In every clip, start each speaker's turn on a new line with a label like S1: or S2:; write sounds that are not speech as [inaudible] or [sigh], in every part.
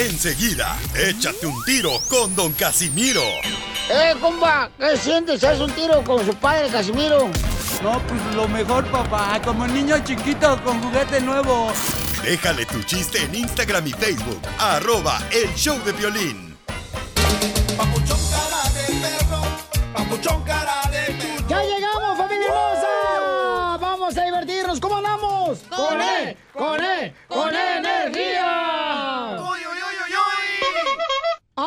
S1: Enseguida, échate un tiro con Don Casimiro.
S2: ¡Eh, compa! ¿Qué sientes? ¿Haz un tiro con su padre, Casimiro?
S3: No, pues lo mejor, papá. Como niño chiquito con juguete nuevo.
S1: Déjale tu chiste en Instagram y Facebook. Arroba El Show de Violín.
S4: Papuchón cara de perro. Papuchón cara de perro.
S2: ¡Ya llegamos, familia hermosa! ¡Vamos a divertirnos! ¿Cómo andamos?
S4: ¡Con E, con E, con E energía!
S2: ¡Uy, uy, uy, uy,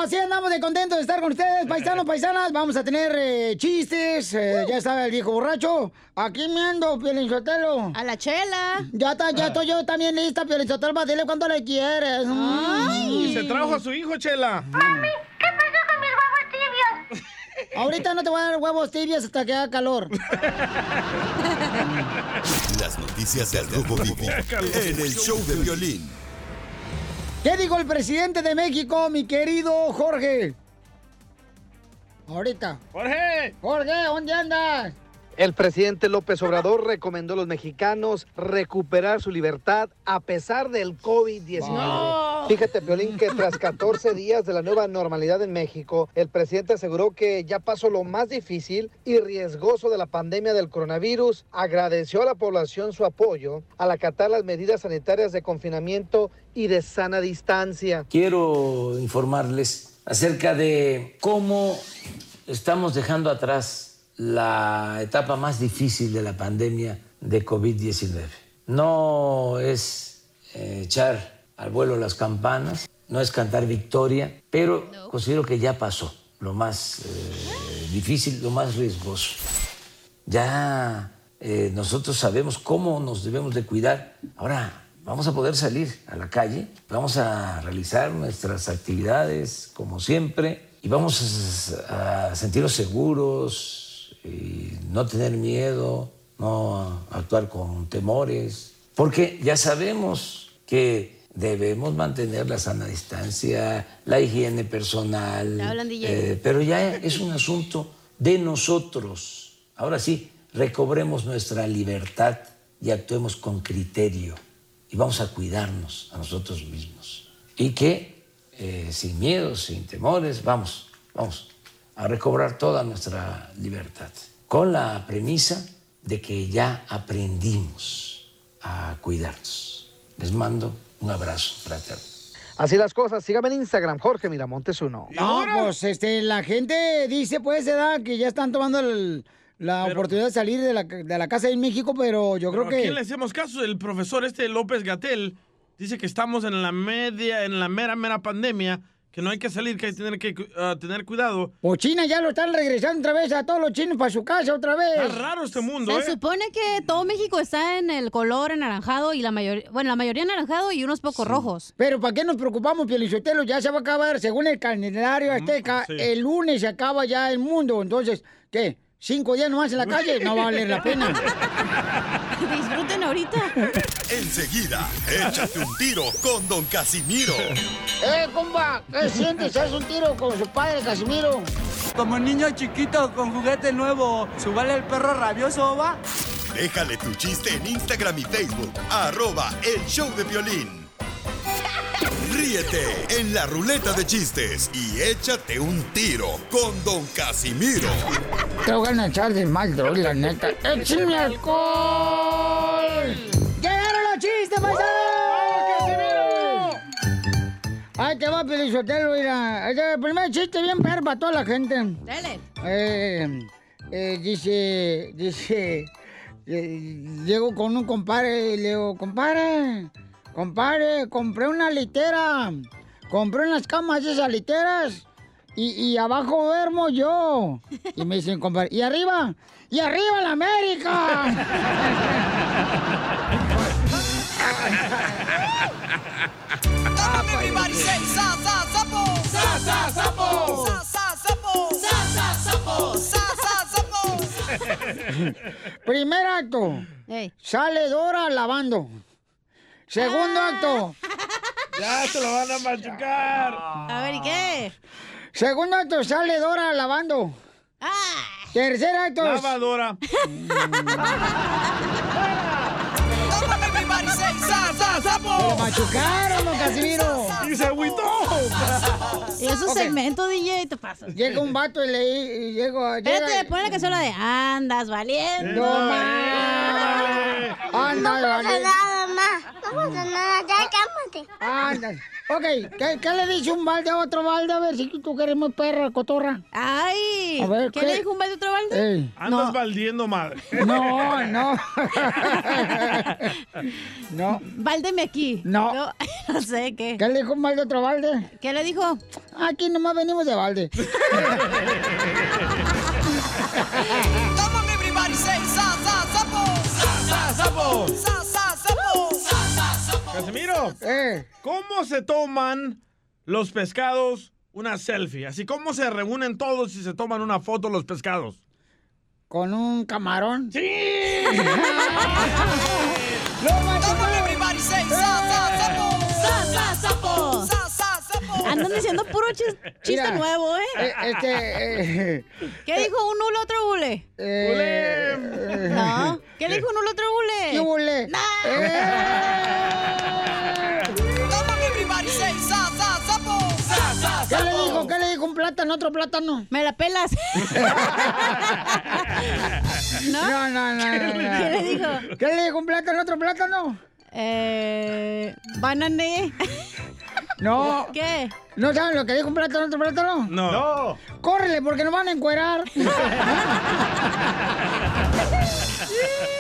S2: Así andamos de contentos de estar con ustedes, paisanos, paisanas. Vamos a tener eh, chistes. eh, ya sabe el viejo borracho. Aquí me ando, Pielinchotelo. A la chela. Ya está, ya estoy yo también lista, Pielinchotelo. Para dile cuánto le quieres. Mm.
S5: Y se trajo a su hijo, Chela.
S2: Ahorita no te voy a dar huevos tibios hasta que haga [laughs] calor.
S1: Las noticias del grupo vivo en El Show de Violín.
S2: ¿Qué dijo el presidente de México, mi querido Jorge? Ahorita. Jorge. Jorge, ¿dónde andas?
S6: El presidente López Obrador recomendó a los mexicanos recuperar su libertad a pesar del COVID-19.
S7: No.
S6: Fíjate, Piolín, que tras 14 días de la nueva normalidad en México, el presidente aseguró que ya pasó lo más difícil y riesgoso de la pandemia del coronavirus. Agradeció a la población su apoyo al acatar las medidas sanitarias de confinamiento y de sana distancia.
S8: Quiero informarles acerca de cómo estamos dejando atrás la etapa más difícil de la pandemia de COVID-19. No es eh, echar al vuelo las campanas, no es cantar victoria, pero considero que ya pasó lo más eh, difícil, lo más riesgoso. Ya eh, nosotros sabemos cómo nos debemos de cuidar. Ahora vamos a poder salir a la calle, vamos a realizar nuestras actividades como siempre y vamos a, a sentirnos seguros y no tener miedo, no actuar con temores, porque ya sabemos que debemos mantener la sana distancia, la higiene personal,
S9: Te hablan, DJ.
S8: eh, pero ya es un asunto de nosotros. Ahora sí, recobremos nuestra libertad y actuemos con criterio y vamos a cuidarnos a nosotros mismos. Y que eh, sin miedos, sin temores, vamos, vamos a recobrar toda nuestra libertad. Con la premisa de que ya aprendimos a cuidarnos. Les mando un abrazo fraterno.
S6: Así las cosas. Sígame en Instagram, Jorge Miramontes uno.
S2: No, pues este, la gente dice, pues, edad que ya están tomando el- la oportunidad de salir de la, de la casa en México, pero yo
S5: Pero
S2: creo
S5: ¿A
S2: que.
S5: quién le hacemos caso? El profesor este López Gatel dice que estamos en la media, en la mera, mera pandemia, que no hay que salir, que hay que tener, que, cu- ah, tener cuidado.
S2: O China ya lo están regresando otra vez a todos los chinos para su casa otra vez.
S5: Está raro este mundo,
S9: Se
S5: ¿eh?
S9: supone que todo México está en el color anaranjado y la mayoría, bueno, la mayoría anaranjado y unos pocos rojos.
S2: Pero ¿para qué nos preocupamos, Pielichotelo? Ya se va a acabar, según el calendario azteca,
S9: sí.
S2: el lunes se acaba ya el mundo. Entonces, ¿qué? ¿Cinco días nomás en la calle? No va a valer la pena.
S9: [laughs] Disfruten ahorita.
S1: Enseguida, échate un tiro con Don Casimiro.
S2: ¡Eh, compa!
S3: [laughs]
S2: ¿Qué sientes? ¿Haz un tiro con su padre, Casimiro?
S3: Como niño chiquito con juguete nuevo. Subale el perro rabioso, va.
S1: Déjale tu chiste en Instagram y Facebook. Arroba El Show de Violín. Ríete en la ruleta de chistes y échate un tiro con Don Casimiro.
S2: Te voy a echar de mal, droga, la neta. ¡Échame alcohol! ¡Llegaron los chistes, paisanos! Ay, te va, Pelizotelo, mira. Este, El primer chiste bien perro para toda la gente.
S9: Dale.
S2: Eh, eh, dice, dice, eh, llego con un compadre y le digo, compadre, compadre, compré una litera, compré unas camas de esas literas y, y abajo duermo yo. Y me dicen, compadre, ¿y arriba? ¡Y arriba la América!
S4: everybody say sa sa sapo. Sa sa sapo. Sa sa sapo. Sa sa sapo. Sa sa sapo.
S2: Primer acto, sale Dora lavando. Segundo
S9: Ah. [laughs]
S2: acto,
S5: Ya se lo van a machucar. A
S9: ver, ¿y qué?
S2: Segundo acto, sale Dora lavando.
S9: Ah.
S2: Tercer acto. [laughs]
S5: Lavadora.
S4: Everybody say sa sa sapo.
S2: ¡Se lo machucaron, don Casimiro!
S5: ¡Y se agüitó!
S9: [laughs] Y eso es
S2: Ok.
S9: segmento, DJ, te pasas.
S2: Llega un vato y le y llego.
S9: Espérate, pon la canción la de Andas Valiendo.
S2: No más. Anda, Ah, vale.
S10: nada más. No pasa nada, ya cálmate.
S2: Anda. Ok, ¿qué, qué le dice un balde a otro balde? A ver si tú quieres muy perra, cotorra.
S9: Ay,
S2: A ver,
S9: ¿qué
S2: ¿qué?
S9: le dijo un balde a otro balde?
S2: Ey.
S5: Andas
S9: No.
S5: baldiendo, madre.
S2: No,
S5: [laughs]
S2: no. No.
S9: Báldeme aquí.
S2: No.
S9: No, [laughs] no sé qué.
S2: ¿Qué le dijo un balde a otro balde?
S9: ¿Qué le dijo?
S2: Aquí nomás venimos de balde. [laughs]
S4: Come on, everybody, say sa sa sapo.
S5: ¡Ah, sapo!
S4: Sa sa sapo. Sa sa sapo.
S5: Casimiro,
S2: Eh,
S5: ¿cómo se toman los pescados una selfie? Así, ¿cómo se reúnen todos y se toman una foto los pescados?
S2: con un camarón.
S5: ¡Sí!
S2: [laughs]
S4: Come on, everybody, say sa sa sapo. Sa sa sapo. Eh. Sa sa sapo.
S9: Andan diciendo puro chis- chiste
S2: Mira.
S9: nuevo, ¿eh?
S2: Eh, este. eh,
S9: [laughs] ¿Qué dijo un nulo a otro bule?
S2: eh,
S9: No. ¿Qué le dijo un nulo a otro
S2: ¿Qué
S9: bule?
S2: huele? Eh,
S4: Come on, everybody, say sa sa sapo. Sa sa
S2: ¿Qué le dijo? ¿Qué le dijo un plátano, otro plátano?
S9: Me la
S2: [laughs]
S9: pelas. ¿No?
S2: No, no, no. no, no.
S9: ¿Qué le dijo?
S2: ¿Qué le dijo un plátano, otro plátano?
S9: Eh. Banane.
S2: No.
S9: ¿Qué?
S2: ¿No saben lo que dijo un plátano, otro plátano?
S5: No.
S2: Córrele, porque nos van a encuerar.
S5: [laughs]
S2: [laughs]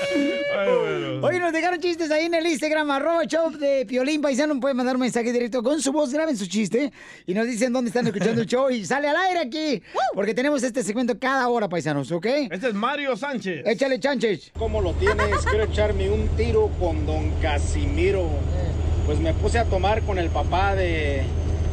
S5: Ay, bueno.
S2: Oye, nos dejaron chistes ahí en el Instagram, arroba shop de Piolín Paisano. Pueden mandar un mensaje directo con su voz, graben su chiste y nos dicen dónde
S5: [laughs]
S2: están escuchando el show y sale al aire aquí. Porque tenemos este segmento cada hora, paisanos, ¿ok?
S5: Este es Mario Sánchez.
S2: Échale
S5: [laughs]
S2: chanches.
S11: ¿Cómo lo tienes? Quiero echarme un tiro con don Casimiro. Pues me puse a tomar con el papá de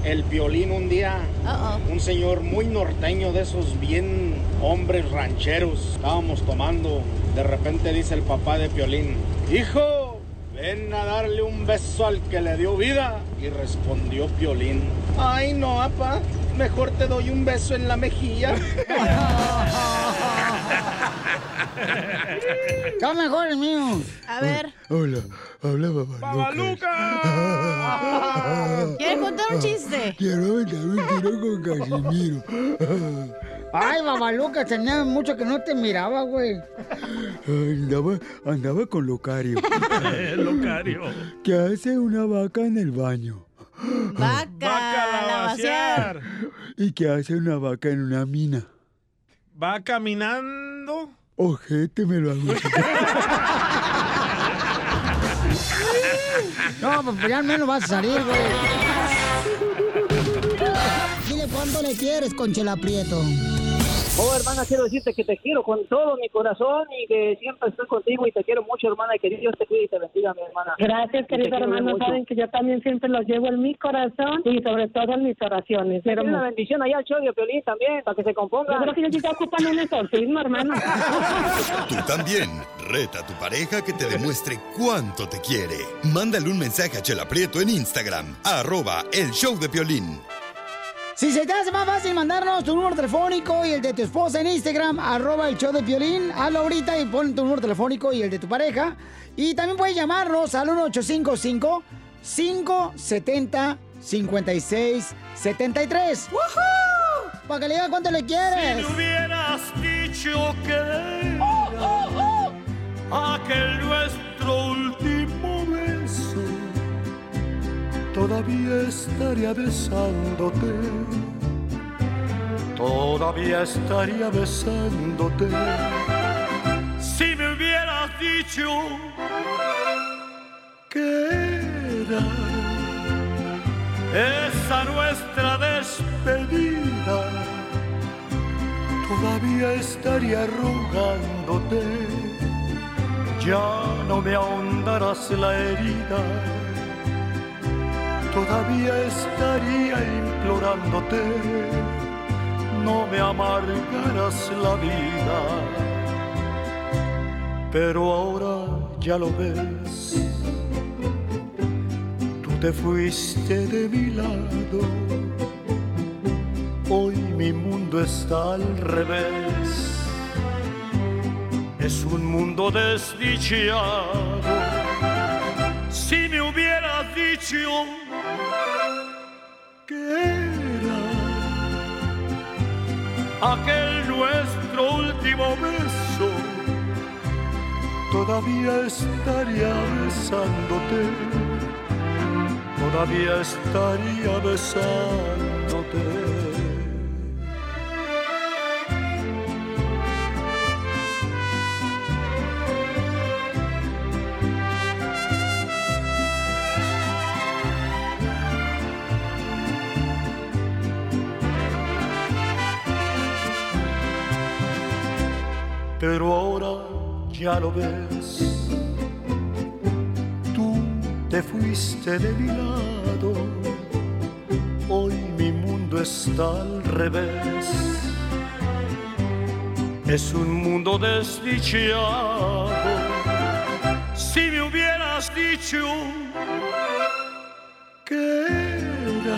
S11: el violín un día.
S9: Uh-oh.
S11: Un señor muy norteño de esos bien hombres rancheros. Estábamos tomando. De repente dice el papá de Piolín, hijo, ven a darle un beso al que le dio vida. Y respondió Piolín, ay no, apa, mejor te doy un beso en la mejilla.
S2: Está mejor el mío.
S9: A ver.
S7: Ah,
S2: Hola, habla
S5: ¡Babaluca!
S9: [laughs] ¿Quieres contar un chiste?
S2: Quiero aventar un tiro con Casimiro. [laughs] Ay, Babaluca, tenía mucho que no te miraba, güey.
S7: ah, Andaba, andaba con Lucario.
S5: Locario.
S7: ¿Qué hace una vaca en el baño?
S9: Vaca.
S2: Ah,
S5: Vaca
S9: la
S5: la
S9: vaciar.
S5: vaciar.
S7: ¿Y qué hace una vaca en una mina?
S5: Va caminando. [laughs]
S7: Ojete me lo hago.
S2: No, pues ya al menos vas a salir, güey. [laughs] Dile cuánto le quieres, Conchela Prieto.
S12: Oh, hermana, quiero decirte que te quiero con todo mi corazón y que siempre estoy contigo y te quiero mucho, hermana, y que Dios te cuide y te bendiga, mi hermana.
S13: Gracias,
S12: querido
S13: queridos
S12: quiero
S13: hermanos.
S12: mucho.
S13: Saben que yo también siempre los llevo en mi corazón y sobre todo en mis oraciones.
S12: Te
S13: Pero
S12: quiero una
S13: yo
S12: bendición allá al show de Piolín también, para que se componga.
S13: creo que ellos ya ocupan un exorcismo, hermano.
S1: Tú también. Reta a tu pareja que te demuestre cuánto te quiere. Mándale un mensaje a Chela Prieto en Instagram, arroba el show de Piolín.
S2: Si se te hace más fácil mandarnos tu número telefónico y el de tu esposa en Instagram, arroba el show de Piolín, hazlo ahorita y pon tu número telefónico y el de tu pareja. Y también puedes llamarnos al 1855-570-5673. Para que le diga cuánto le quieres.
S14: hubieras dicho que Oh, aquel nuestro último beso todavía estaría besándote, todavía estaría besándote. Si me hubieras dicho que era esa nuestra despedida todavía estaría rogándote. Ya no me ahondarás la herida, todavía estaría implorándote. No me amargarás la vida, pero ahora ya lo ves. Tú te fuiste de mi lado. Hoy mi mundo está al revés. Es un mundo desdichado. Si me hubieras dicho que era aquel nuestro último beso, todavía estaría besándote, todavía estaría besándote. pero ahora ya lo ves. Tú te fuiste de mi lado, hoy mi mundo está al revés. Es un mundo desdichado. Si me hubieras dicho que era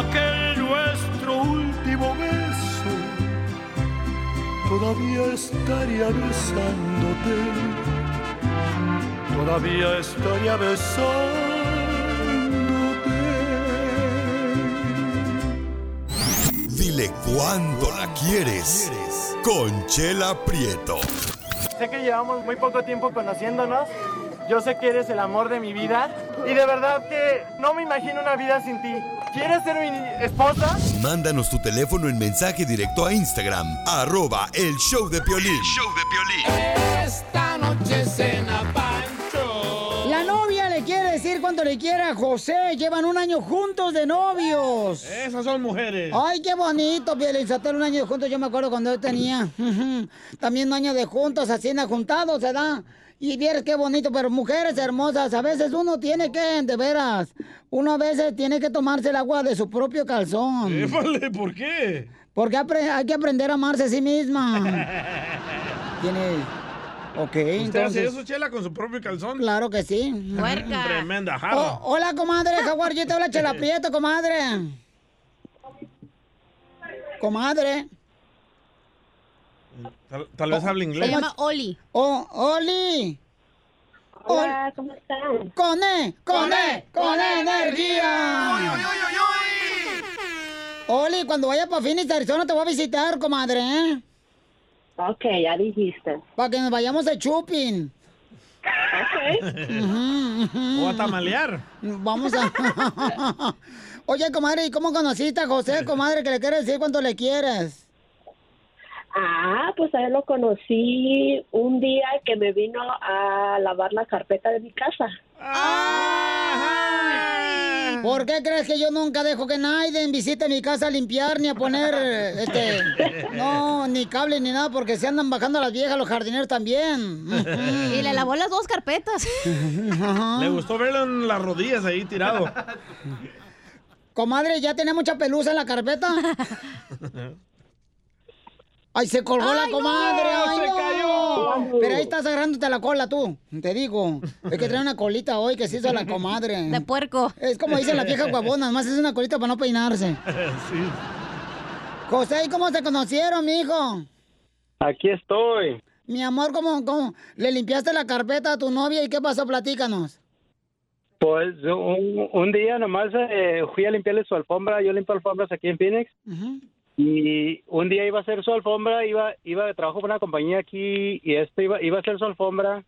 S14: aquel nuestro último beso todavía estaría besándote, todavía estaría besándote.
S1: Dile cuándo la quieres. Conchela Prieto.
S15: Sé que llevamos muy poco tiempo conociéndonos. Yo sé que eres el amor de mi vida. Y de verdad que no me imagino una vida sin ti. ¿Quieres ser mi esposa?
S1: Mándanos tu teléfono en mensaje directo a Instagram, arroba el show de Piolín.
S4: Esta noche cena Pancho.
S2: La novia le quiere decir cuando le quiera a José. Llevan un año juntos de novios.
S5: Esas son mujeres.
S2: Ay, qué bonito, Pielizatero, un año de juntos. Yo me acuerdo cuando yo tenía ujú, también un año de juntos, hacienda juntados, ¿verdad? Y vieras qué bonito, pero mujeres hermosas, a veces uno tiene que, de veras, uno a veces tiene que tomarse el agua de su propio calzón.
S5: Épale, ¿por qué?
S2: Porque apre- hay que aprender a amarse a sí misma. tiene... Ok,
S5: ¿Usted hace
S2: entonces...
S5: eso, Chela, con su propio calzón?
S2: Claro que sí.
S5: Puerca. Tremenda jala.
S2: Oh, hola, comadre, Jaguar, yo te hablo Chela Prieto, comadre. Comadre. oh.
S5: Tal, tal vez hable inglés. [laughs]
S2: Oli. Oh, Oli. Hola, ¿cómo están? Con E, con E, con E energía. Oli, cuando vaya para Phoenix, Arizona, te voy a visitar, comadre, ¿eh? Ok, ya dijiste. Para que nos vayamos de shopping.
S5: O a tamalear.
S2: Vamos [laughs] a... Oye, comadre, ¿y cómo conociste a José, comadre, que le quieres decir cuánto le quieres?
S16: Ah, pues a él lo conocí un día que me vino a lavar la carpeta de mi casa.
S2: ¿Por qué crees que yo nunca dejo que nadie visite mi casa a limpiar ni a poner, eh, este, no, ni cable ni nada, porque se andan bajando las viejas los jardineros también?
S9: Y le lavó las dos carpetas.
S5: Le gustó verlo en las rodillas ahí tirado.
S2: [laughs] Comadre, ¿ya tenía mucha pelusa en la carpeta? Ay, se colgó
S4: ¡Ay,
S2: la comadre,
S4: no!
S2: ay,
S4: ¡Se
S2: no.
S4: cayó!
S2: Pero ahí estás agarrándote la cola tú, te digo. Es que trae una colita hoy que se hizo la comadre. De puerco. Es como dice la vieja guabona, más es una colita para no peinarse.
S5: sí.
S2: José, ¿y cómo se conocieron, mijo?
S17: [laughs] Aquí estoy.
S2: Mi amor, ¿cómo, cómo le limpiaste la carpeta a tu novia y qué pasó? Platícanos.
S17: Pues un, un día nomás eh, fui a limpiarle su alfombra. Yo limpio alfombras aquí en Phoenix. Y un día iba a hacer su alfombra, iba, iba de trabajo para una compañía aquí y esto iba, iba a hacer su alfombra.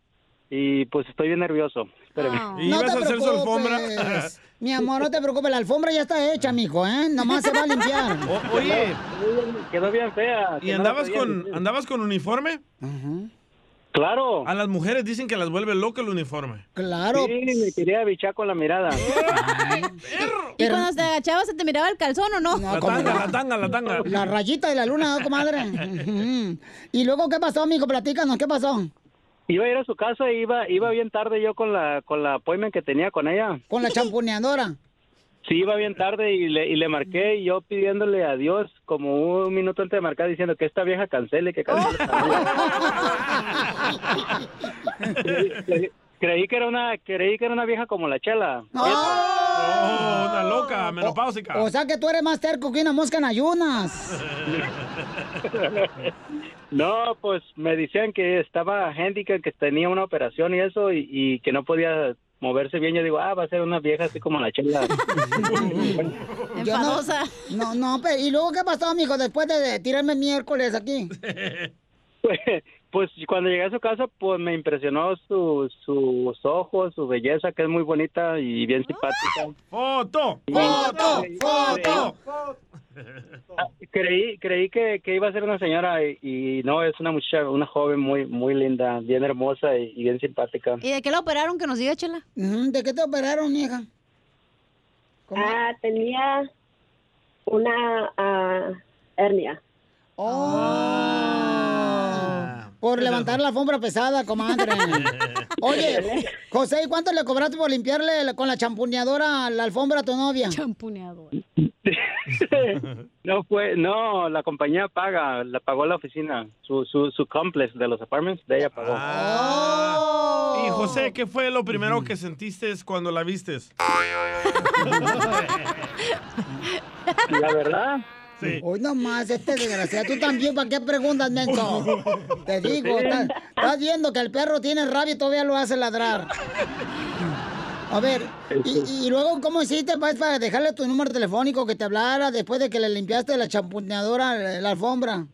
S17: Y pues estoy bien nervioso. Espérame.
S2: Ah. No te
S17: [laughs]
S2: preocupes. Mi amor, no te preocupes, la alfombra ya está hecha, mijo, ¿eh? Nomás se va a limpiar.
S5: Oye.
S17: [laughs] Quedó bien fea.
S5: ¿Y
S17: que no la
S5: andabas
S17: podía
S5: con
S17: decir.
S5: andabas con uniforme?
S17: Claro.
S5: A las mujeres dicen que las vuelve loco el uniforme.
S2: Claro.
S17: Sí, me quería bichar con la mirada.
S9: ¿Y cuando te agachabas se te miraba el calzón o no?
S5: La tanga, la tanga, la tanga.
S2: La rayita de la luna, ¿no, comadre. Ujú. y luego, ¿qué pasó, mijo? Platícanos, ¿qué pasó?
S17: Iba a ir a su casa y iba, iba bien tarde yo con la, con la appointment que tenía con ella.
S2: Con la champuneadora.
S17: Sí, iba bien tarde y le, y le marqué y yo pidiéndole a Dios como un minuto antes de marcar diciendo que esta vieja cancele, que cancele.
S2: [laughs]
S17: creí que era una creí que era una vieja como la chela.
S2: ¡Oh!
S5: una loca. la menopáusica.
S2: O sea que tú eres más terco que una mosca en ayunas.
S17: [laughs] No, pues me decían que estaba handicap, que tenía una operación y eso, y, y que no podía moverse bien. Yo digo, ah, va a ser una vieja así como la chela.
S2: Yo no, no, no, pero ¿y luego qué pasó, mijo, después de, de tirarme miércoles aquí?
S17: pues, pues cuando llegué a su casa, pues me impresionó su, sus ojos, su belleza, que es muy bonita y bien simpática.
S5: ¡Foto!
S4: ¡Foto!
S5: ¡Foto!
S17: Creí, creí que, que iba a ser una señora y, y no, es una muchacha, una joven muy, muy linda, bien hermosa y, y bien simpática.
S9: ¿Y de qué la operaron? Que nos diga, Chela.
S2: Mm, ¿De qué te operaron, hija?
S16: Ah, tenía una ah, hernia.
S2: Por levantar la alfombra pesada,
S5: [laughs]
S2: comadre. Oye, José, ¿y cuánto le cobraste por limpiarle la- con la champuneadora la alfombra a tu novia?
S9: Champuneadora.
S17: [laughs] No fue, no, la compañía paga, la pagó la oficina, su, su, su complex de los apartments, de ella pagó.
S5: Y José, ¿qué fue lo primero que sentiste cuando la viste?
S17: La verdad.
S5: Sí.
S2: Hoy nomás, este desgraciado. Tú también, ¿para qué preguntas, menso? Te digo,
S4: Sí.
S2: estás, estás viendo que el perro tiene rabia y todavía lo hace ladrar. A ver, y, y luego, ¿cómo hiciste pues, para dejarle tu número telefónico que te hablara después de que le limpiaste la champuneadora la, la alfombra?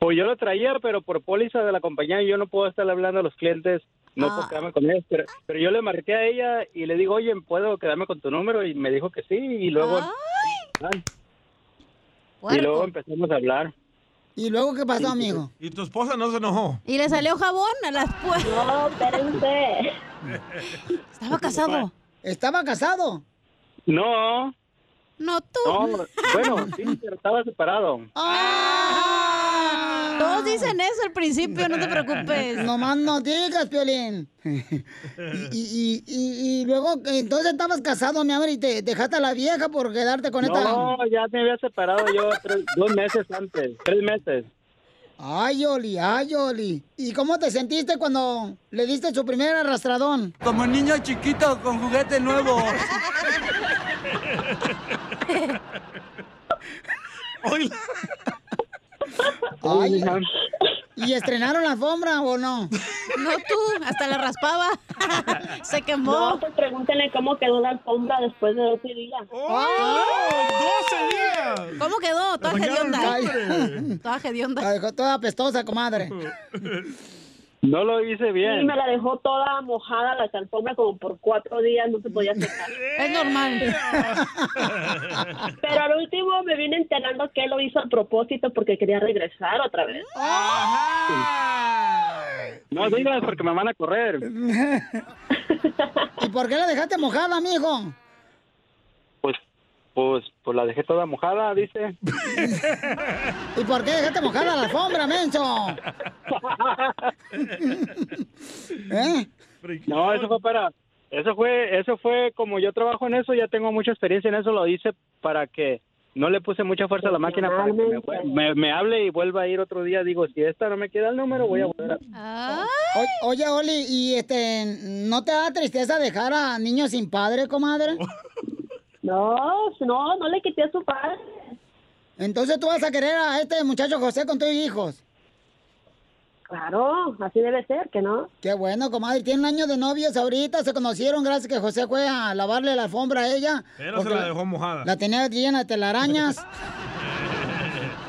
S17: Pues yo lo traía, pero por póliza de la compañía yo no puedo estar hablando a los clientes, no puedo quedarme con ellos, pero, pero yo le marqué a ella y le digo, oye, ¿puedo quedarme con tu número? Y me dijo que sí, y luego... Y luego empezamos a hablar.
S2: ¿Y luego qué pasó, amigo?
S5: ¿Y tu esposa no se enojó?
S9: ¿Y le salió jabón a las puertas?
S16: No, espérense.
S9: ¿Estaba casado?
S2: Pues, ¿Estaba casado?
S17: No,
S9: No, tú.
S17: no, bueno, sí, pero estaba separado.
S9: Ah, Todos dicen eso al
S2: [laughs]
S9: principio, no te preocupes.
S2: Nomás no digas, Piolín. Y, y- y- y luego, entonces estabas casado, mi amor, y te dejaste a la vieja por quedarte con esta...
S17: No, ya me había separado yo tres- dos meses antes, tres meses.
S2: Ay, Oli, ay, Oli. ¿Y cómo te sentiste cuando le diste su primer arrastradón?
S3: Como niño chiquito con juguete nuevo.
S2: Ay, ¿Y estrenaron la alfombra o no?
S9: No tú, hasta la
S16: [laughs]
S9: raspaba. Se quemó.
S16: No, pues pregúntenle cómo quedó la alfombra después de 12 días.
S9: ¡Oh!
S16: ¡12 días!
S9: ¿Cómo quedó? Toda hedionda. Toda hedionda.
S2: Toda apestosa,
S3: [laughs]
S2: comadre.
S17: No lo hice bien.
S16: Y me la dejó toda mojada la alfombra como por cuatro días, no se podía secar.
S9: [laughs] Es normal.
S16: [laughs] Pero al último me vine enterando que él lo hizo a propósito porque quería regresar otra vez.
S17: No digas porque me van a correr.
S2: ¿Y por qué la dejaste mojada, amigo?
S17: Pues, pues, pues la dejé toda mojada, dice.
S2: ¿Y por qué dejaste mojada la alfombra, menso? ¿Eh?
S17: No, eso fue para, eso fue, eso fue como yo trabajo en eso, ya tengo mucha experiencia en eso, lo hice para que no le puse mucha fuerza a la máquina para que me, vuel- me- me hable y vuelva a ir otro día. Digo, si esta no me queda el número, voy a volver a...
S2: O- oye, Oli, ¿y este, no te da tristeza dejar a niños sin padre, comadre?
S16: No, no, no le quité a su padre.
S2: Entonces tú vas a querer a este muchacho José con tus hijos.
S16: Claro, así debe ser, que no.
S2: Qué bueno, comadre. Tienen años de novios ahorita, se conocieron gracias que José fue a lavarle la alfombra a ella.
S5: Pero
S2: porque
S5: se la dejó
S16: Ah.
S5: mojada.
S2: la tenía llena de telarañas.
S16: [laughs]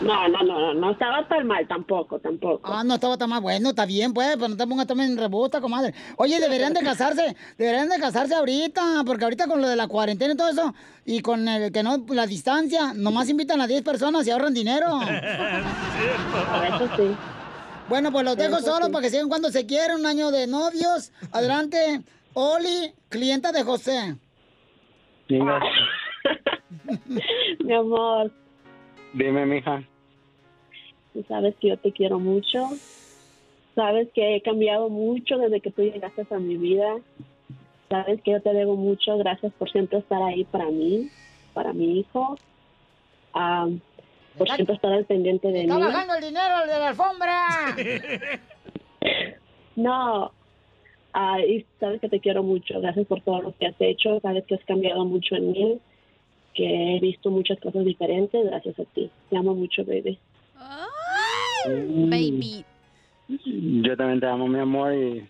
S16: No, no, no, no, no estaba tan mal tampoco, tampoco.
S2: Ah, no estaba tan más bueno, está bien, pues, pero no te pongas también en rebosta, comadre. Oye, deberían de casarse, deberían de casarse ahorita, porque ahorita con lo de la cuarentena y todo eso, y con el que no, la distancia, nomás invitan a 10 personas y ahorran
S16: [laughs]
S2: dinero. Bueno, pues los dejo
S4: Eso
S2: solos
S4: sí.
S2: para que sigan cuando se quieran, un año de novios. Adelante, Oli, clienta de José.
S17: Digo,
S16: Mi amor,
S17: Dime, mija.
S16: tú sabes que yo te quiero mucho. Sabes que he cambiado mucho desde que tú llegaste a mi vida. Sabes que yo te debo mucho. Gracias por siempre estar ahí para mí, para mi hijo. Ah, por siempre estar al pendiente de mí.
S2: Está bajando el dinero el de la alfombra.
S16: No. Ah, y sabes que te quiero mucho. Gracias por todo lo que has hecho. Sabes que has cambiado mucho en mí.
S12: que he visto muchas cosas diferentes gracias a ti. Te amo mucho, baby.
S9: Baby.
S17: Yo también te amo, mi amor. Y...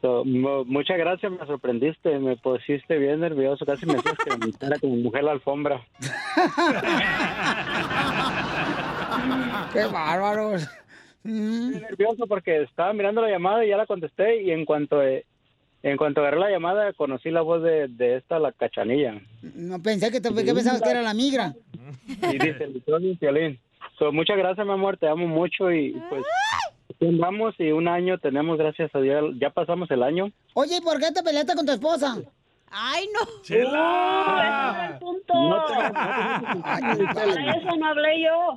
S17: So, mo- muchas gracias, me sorprendiste, me pusiste bien nervioso, casi me hiciste vomitar como mujer la alfombra.
S2: ¡Qué bárbaros!
S17: Estoy nervioso porque estaba mirando la llamada y ya la contesté y en cuanto eh, en cuanto agarré la llamada conocí la voz de, de esta, la cachanilla.
S2: [laughs] No pensé que, te, que pensabas que era la migra.
S17: Y dice, Victoria y Piolín. So, muchas gracias, mi amor, te amo mucho y pues aquí andamos y un año tenemos, gracias a Dios, ya pasamos el año.
S2: Oye, ¿y por qué te peleaste con tu esposa?
S9: ¡Ay, no!
S18: ¡Chela!
S12: punto. Para eso no hablé yo.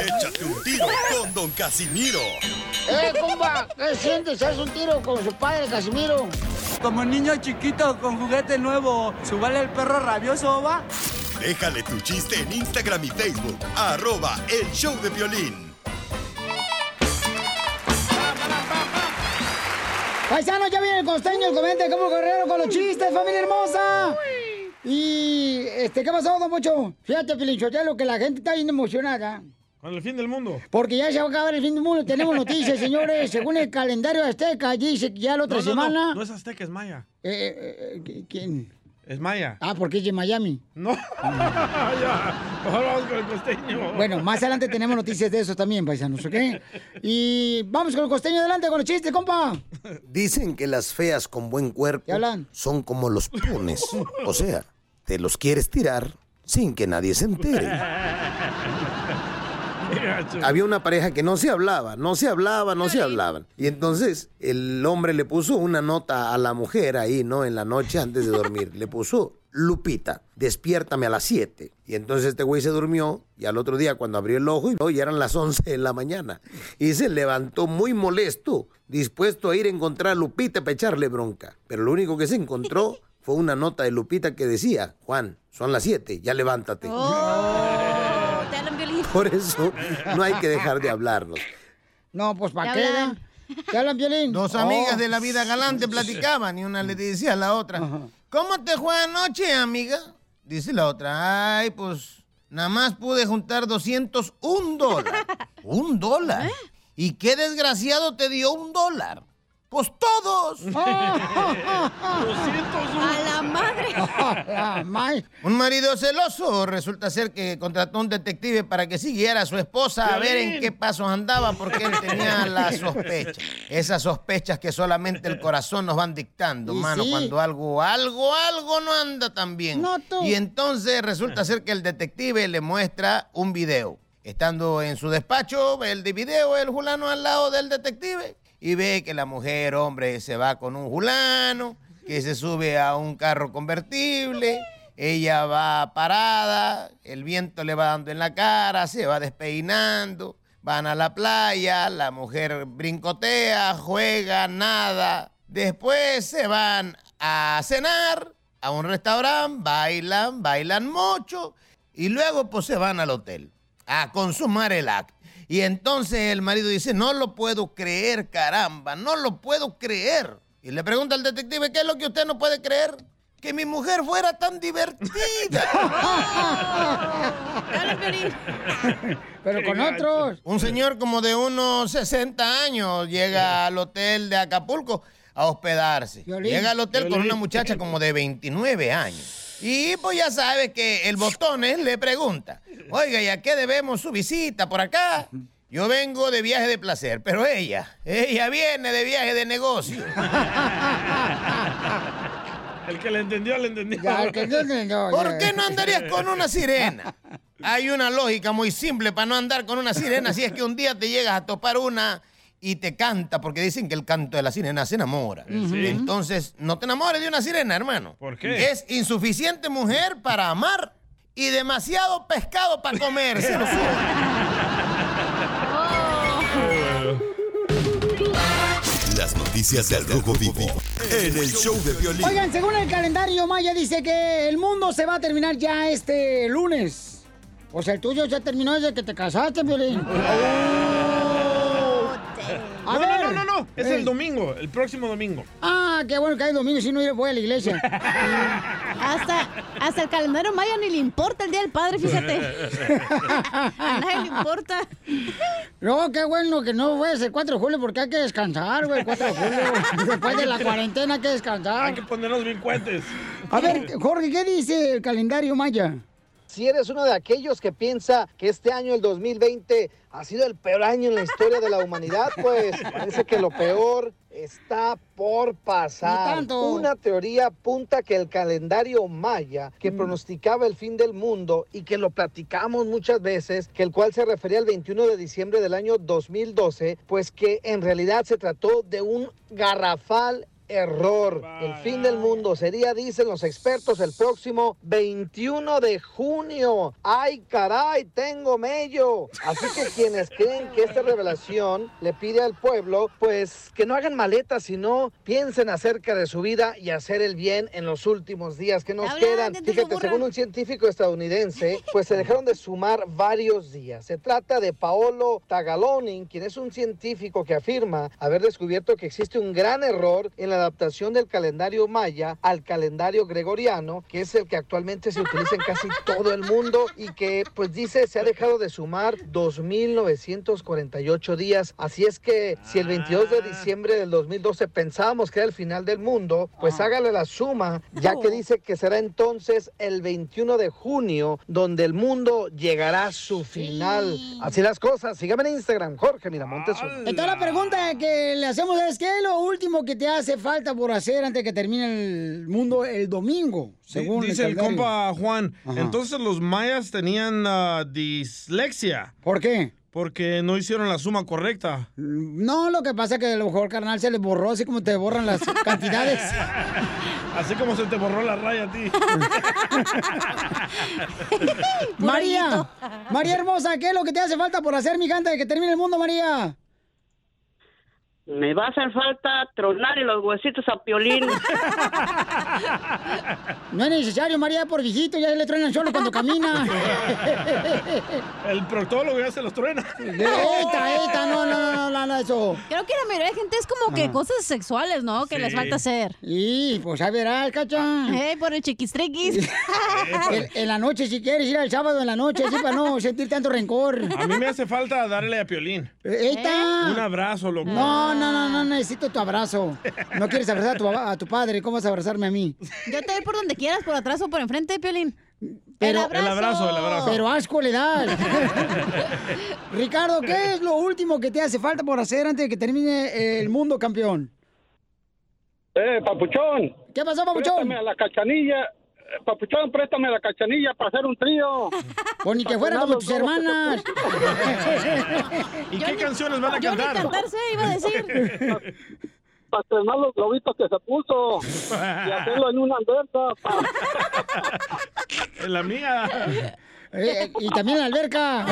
S1: Échate un tiro con Don Casimiro.
S2: ¡Eh, compa! ¿Qué sientes? ¿Haz un tiro con su padre, Casimiro?
S19: Como niño chiquito con juguete nuevo, ¿subale el perro rabioso, va?
S1: Déjale tu chiste en Instagram y Facebook. Arroba el show de violín.
S2: Paisano, ya viene el costeño, el comediante de Acapulco Guerrero con los chistes, familia hermosa. Y, este, ¿qué pasó, don Mucho? Fíjate, Pilinchotelo, que la gente está bien emocionada.
S5: Con el fin del mundo.
S2: Porque ya se va a acabar el fin del mundo. Tenemos noticias, señores. Según el calendario azteca, dice que ya la otra
S5: No, no, no,
S2: semana...
S5: No, es azteca, es maya.
S2: Eh, eh, eh, ¿Quién?
S5: Es maya.
S2: Ah, porque es de Miami.
S5: No. [laughs] ya. Ahora vamos con el costeño.
S2: [laughs] Bueno, más adelante tenemos noticias de eso también, paisanos, ¿ok? Y vamos con el costeño adelante con los chistes, compa.
S4: Dicen que las feas con buen cuerpo son como los pones. O sea, te los quieres tirar sin que nadie se entere. Había una pareja que no se hablaba, no se hablaba, no se hablaban. Y entonces el hombre le puso una nota a la mujer ahí, ¿no? En la noche antes de dormir. Le puso, Lupita, despiértame a las 7. Y entonces este güey se durmió y al otro día cuando abrió el ojo y ya eran las 11 de la mañana. Y se levantó muy molesto, dispuesto a ir a encontrar a Lupita para echarle bronca. Pero lo único que se encontró fue una nota de Lupita que decía, Juan, son las 7, ya levántate.
S16: [laughs]
S9: ¡Oh! Te hablan violín.
S4: Por eso no hay que dejar de hablarnos.
S2: No, pues ¿para
S9: Ya
S2: qué?
S9: hablan.
S2: da? ¿Te hablan violín?
S20: Dos amigas de la vida galante platicaban y una le decía a la otra, ¿cómo te fue anoche, amiga? Dice la otra, ay, pues nada más pude juntar 201 dólares. ¿Un dólar? ¿Y qué desgraciado te dio un dólar? Pues todos.
S9: ¡A la
S2: madre!
S20: un marido celoso resulta ser que contrató un detective para que siguiera a su esposa a ver en
S8: Violín.
S20: qué pasos andaba porque él tenía la sospecha. Esas sospechas que solamente el corazón nos van dictando,
S8: Y
S20: mano,
S8: sí.
S20: cuando algo, algo, algo no anda tan bien. Y entonces resulta ser que el detective le muestra un video. Estando en su despacho, ve el de video, el fulano al lado del detective y ve que la mujer, hombre, se va con un fulano, que se sube a un carro convertible. Ella va parada, el viento le va dando en la cara, se va despeinando, van a la playa, la mujer brincotea, juega, nada. Después se van a cenar a un restaurante, bailan, bailan mucho y luego pues se van al hotel a consumar el acto. Y entonces el marido dice, no lo puedo creer, caramba, no lo puedo creer. Y le pregunta al detective, ¿qué es lo que usted no puede creer? Que mi mujer fuera tan divertida.
S2: Pero con otros.
S20: Un señor como de unos 60 años llega al hotel de Acapulco a hospedarse. Llega al hotel con
S8: Violín.
S20: una muchacha como de 29 años. Y pues ya sabe que el botones le pregunta, oiga, ¿y a qué debemos su visita por acá? Yo vengo de viaje de placer, pero ella, ella viene de viaje de negocio.
S5: El que le entendió, le entendió.
S20: ¿Por qué no andarías con una sirena? Hay una lógica muy simple para no andar con una sirena si es que un día te llegas a topar una y te canta, porque dicen que el canto de la sirena se enamora.
S8: sí.
S20: Entonces, no te enamores de una sirena, hermano. ¿Por
S8: qué?
S20: Es insuficiente mujer para amar y demasiado pescado para comer. se lo Oh. juro.
S1: Las noticias del Rojo Vivo en el show de violín.
S2: Oigan, según el calendario maya dice que el mundo se va a terminar ya este lunes. O sea, el tuyo ya terminó desde que te casaste, Violín.
S5: No, no, no, no, no. no, es el domingo, el próximo domingo.
S2: Ah, qué bueno que hay domingo si no ir- voy a la iglesia.
S9: [laughs] hasta, hasta el calendario maya ni le importa el Día del
S2: [laughs]
S9: Padre, fíjate. A nadie le importa.
S2: No, qué bueno que no fue el 4 de julio porque hay que descansar, güey, el 4 de julio. Después de la cuarentena hay que
S5: Hay
S2: descansar.
S5: que ponernos bien cuentes.
S2: A ver, Jorge, ¿qué dice el calendario maya?
S6: Si eres uno de aquellos que piensa que este año, el 2020, ha sido el peor año en la historia de la humanidad, pues parece que lo peor está por
S2: Ni
S6: pasar.
S2: tanto.
S6: Una teoría apunta que el calendario maya,
S2: Mm.
S6: que pronosticaba el fin del mundo y que lo platicamos muchas veces, que el cual se refería al 21 de diciembre del año 2012, pues que en realidad se trató de un garrafal error. El fin del mundo sería, dicen los expertos, el próximo 21 de junio. [laughs] ¡Ay, caray! Tengo mello. Así que quienes creen que esta revelación le pide al pueblo, pues que no hagan maletas, sino piensen acerca de su vida y hacer el bien en los últimos días que nos
S21: Habla,
S6: quedan. Fíjate, según un científico estadounidense, pues se dejaron de sumar varios días. Se trata de Paolo Tagalonin, quien es un científico que afirma haber descubierto que existe un gran error en la adaptación del calendario maya al calendario gregoriano, que es el que actualmente se utiliza en casi todo el mundo y que, pues dice, se ha dejado de sumar 2.948 días. Así es que si el 22 de diciembre del 2012 pensábamos que era el final del mundo, pues hágale la suma, ya que dice que será entonces el 21 de junio donde el mundo llegará a su final. Así las cosas. Sígame en Instagram, Jorge Miramontes. uno.
S2: Entonces la pregunta que le hacemos es, ¿qué es lo último que te hace falta por hacer antes de que termine el mundo el domingo? Según
S5: Dice el
S2: calendario?
S5: compa Juan,
S2: Ajá.
S5: entonces los mayas tenían ah, dislexia.
S2: ¿Por qué?
S5: Porque no hicieron la suma correcta.
S2: No, lo que pasa es que a lo mejor, carnal, se les borró así como te borran las cantidades.
S5: Así como se te borró la raya a
S2: [laughs]
S5: ti.
S2: María, María hermosa, ¿qué es lo que te hace falta por hacer, mi canta, de que termine el mundo, María?
S12: [laughs] Me va a hacer falta tronarle los huesitos a
S13: [laughs]
S12: Piolín.
S2: No es necesario, María, por viejito, ya le truenan solo cuando camina.
S5: [laughs] El proctólogo ya se los truena.
S2: Eita, eita, no, no, no, no, no, no, eso.
S9: Creo que la mayoría de gente es como que
S2: Ajá.
S9: cosas sexuales, ¿no? Que
S2: Sí.
S9: les falta hacer.
S2: Y pues a verás, cacha.
S9: Ey, por el chiquistriquis.
S2: [laughs] En, en la noche, si quieres ir al sábado en la noche, así para
S9: [laughs]
S2: no sentir tanto rencor.
S5: A mí me hace falta darle a Piolín. ¿Eh?
S2: Eita.
S5: Un abrazo, loco.
S2: No, no, no, no, necesito tu abrazo. No quieres abrazar a tu, a tu padre, ¿cómo vas a abrazarme a mí?
S9: Yo te doy por donde quieras, por atrás o por enfrente, Piolín.
S2: Pero-
S5: El abrazo, el abrazo.
S2: Pero asco le das. [laughs] Ricardo, ¿qué es lo último que te hace falta por hacer antes de que termine eh, el mundo, campeón?
S20: Eh, Papuchón.
S2: ¿Qué pasó, Papuchón?
S20: Préstame a la cachanilla. Eh, Papuchón, préstame a la cachanilla para hacer un trío.
S2: [laughs] Pues ni que fuera como tus hermanas.
S5: ¿Y qué canciones van a
S20: yo ni
S5: cantar?
S20: cantar sé, iba a
S5: [laughs]
S20: decir. [laughs] Para estrenar los globitos que se puso. Y hacerlo en una alberca.
S5: En Eh, la mía.
S2: Eh, y también la alberca.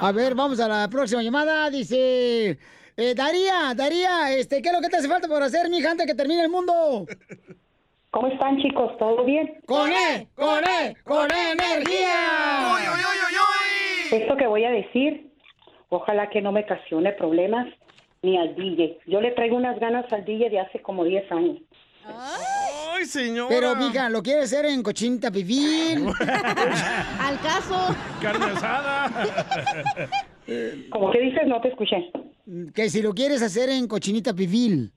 S2: A ver, vamos a la próxima llamada. Dice. eh, Daría, Daría, este, ¿qué es lo que te hace falta por hacer, mija, antes de que termine el mundo?
S22: ¿Cómo están, chicos? ¿Todo bien?
S2: ¡Con él! ¡Con él! ¡Con E energía!
S22: Esto que voy a decir, ojalá que no me ocasione problemas ni al DJ. Yo le traigo unas ganas al DJ de hace como 10 años.
S5: Ay, señor.
S2: Pero, mija, ¿lo quiere hacer en cochinita pibil?
S9: Al caso.
S5: Carne
S2: [laughs]
S5: asada.
S22: [laughs] Como que dices, no te escuché.
S2: Que si lo quieres hacer en cochinita pibil.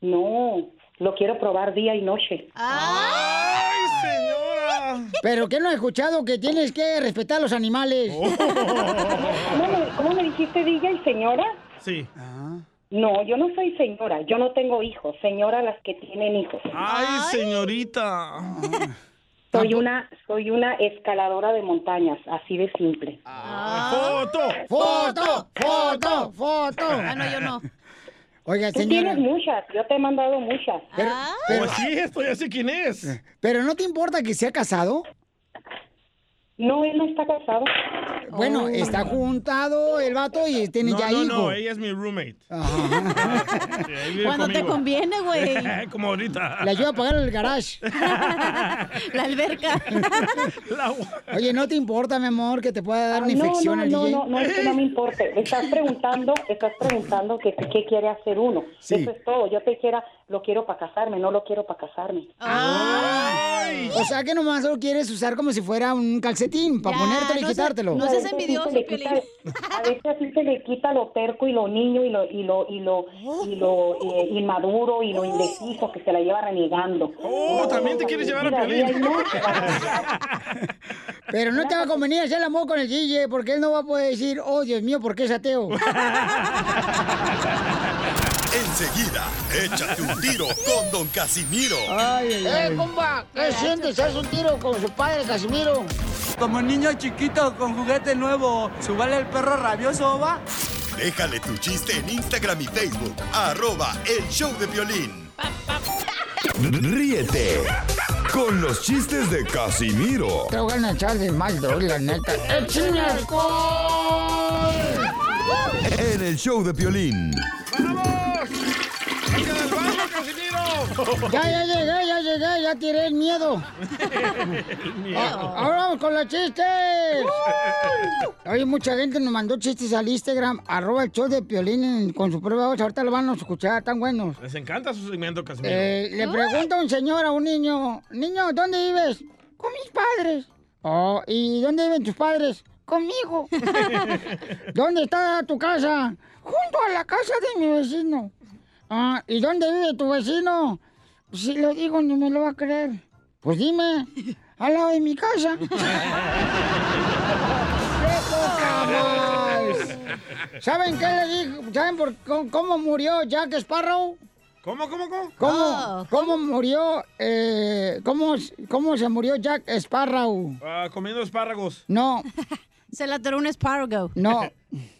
S22: No, lo quiero probar día y noche.
S5: ¡Ay, señora!
S2: Ah. Pero que no he escuchado que tienes que respetar a los animales.
S5: Oh.
S22: ¿Cómo me, cómo me dijiste DJ, señora?
S5: Sí.
S2: Ah.
S22: No, yo no soy señora, yo no tengo hijos, señora las que tienen hijos.
S5: Ay, señorita.
S22: [laughs] Soy una, soy una escaladora de montañas, así de simple.
S5: Ah. ¡Foto!
S22: ¡Foto!
S2: ¡Foto! ¡Foto!
S22: Ah, no, yo no.
S2: Oiga,
S22: Tú
S2: señora.
S22: tienes muchas, yo te he mandado muchas.
S5: Pues sí, esto ya sé quién
S2: Eh,
S5: es.
S2: ¿Pero no te importa que sea casado?
S22: No, él no está casado.
S2: Bueno, está juntado el vato y tiene
S5: Oh. No,
S2: ya
S5: no,
S2: hijo.
S5: no, ella es mi roommate. Sí, ahí vive
S9: Cuando te
S5: conmigo. Eh, [laughs]
S9: conviene, güey.
S5: Como ahorita.
S2: Le ayuda a pagar el
S22: [laughs]
S2: garage.
S9: La alberca.
S2: Oye, ¿no te importa, mi amor, que te pueda dar una
S22: no,
S2: infección
S22: no,
S2: al
S22: no,
S2: DJ?
S22: No, no, es que no me importe. Estás preguntando, estás preguntando que, qué quiere hacer uno.
S2: Sí.
S22: Eso es todo. Yo te quiera, lo quiero para casarme, no lo quiero para casarme.
S2: O sea que nomás lo quieres usar como si fuera un calcetín, para ponértelo y quitártelo.
S22: A veces sí se le quita- A veces así se le quita lo perco y lo niño y lo y lo y lo y lo eh, inmaduro y lo indeciso que se la lleva renegando. Oh, también te quieres llevar a
S2: Pero no te va a convenir hacer el amor con el DJ, porque él no va a poder decir, oh, Dios mío, ¿por qué es
S22: [laughs]
S2: ateo?
S1: Enseguida, échate un tiro con Don Casimiro.
S2: ¡Eh, compa! ¿Qué sientes? ¿Haz un tiro con su padre, Casimiro?
S3: Como niño chiquito con juguete nuevo, ¿subale el perro rabioso va?
S1: Déjale tu chiste en Instagram y Facebook. Arroba el show de violín.
S7: Ríete con los chistes de Casimiro
S2: Te voy a echar de mal, doy, la
S22: [laughs]
S2: neta. ¡Échame
S7: en el show de violín.
S2: Ya, ya llegué, ya llegué, ya tiré el miedo. Ah, Ahora vamos con los chistes. Oye, mucha gente nos mandó chistes al Instagram, arroba el show de Piolín en- con su prueba de voz. Ahorita lo van a escuchar, tan buenos.
S5: Les encanta su segmento, Casimiro.
S2: Eh, le pregunta un señor a un niño, niño, ¿dónde vives? Con mis padres. Oh, ¿y dónde viven tus padres? Conmigo. [laughs] ¿Dónde está tu casa? Junto a la casa de mi vecino. Ah, ¿y dónde vive tu vecino? Si lo digo, no me lo va a creer. Pues dime, al lado de mi casa. ¿Saben qué le dijo? ¿Saben por cómo, cómo murió Jack Sparrow?
S5: ¿Cómo, cómo, cómo?
S2: ¿Cómo,
S9: Oh.
S2: cómo murió, eh, cómo, cómo se murió Jack Sparrow?
S5: Ah, comiendo espárragos.
S2: No,
S9: [laughs] Se la atoró un espárrago. [laughs]
S2: no.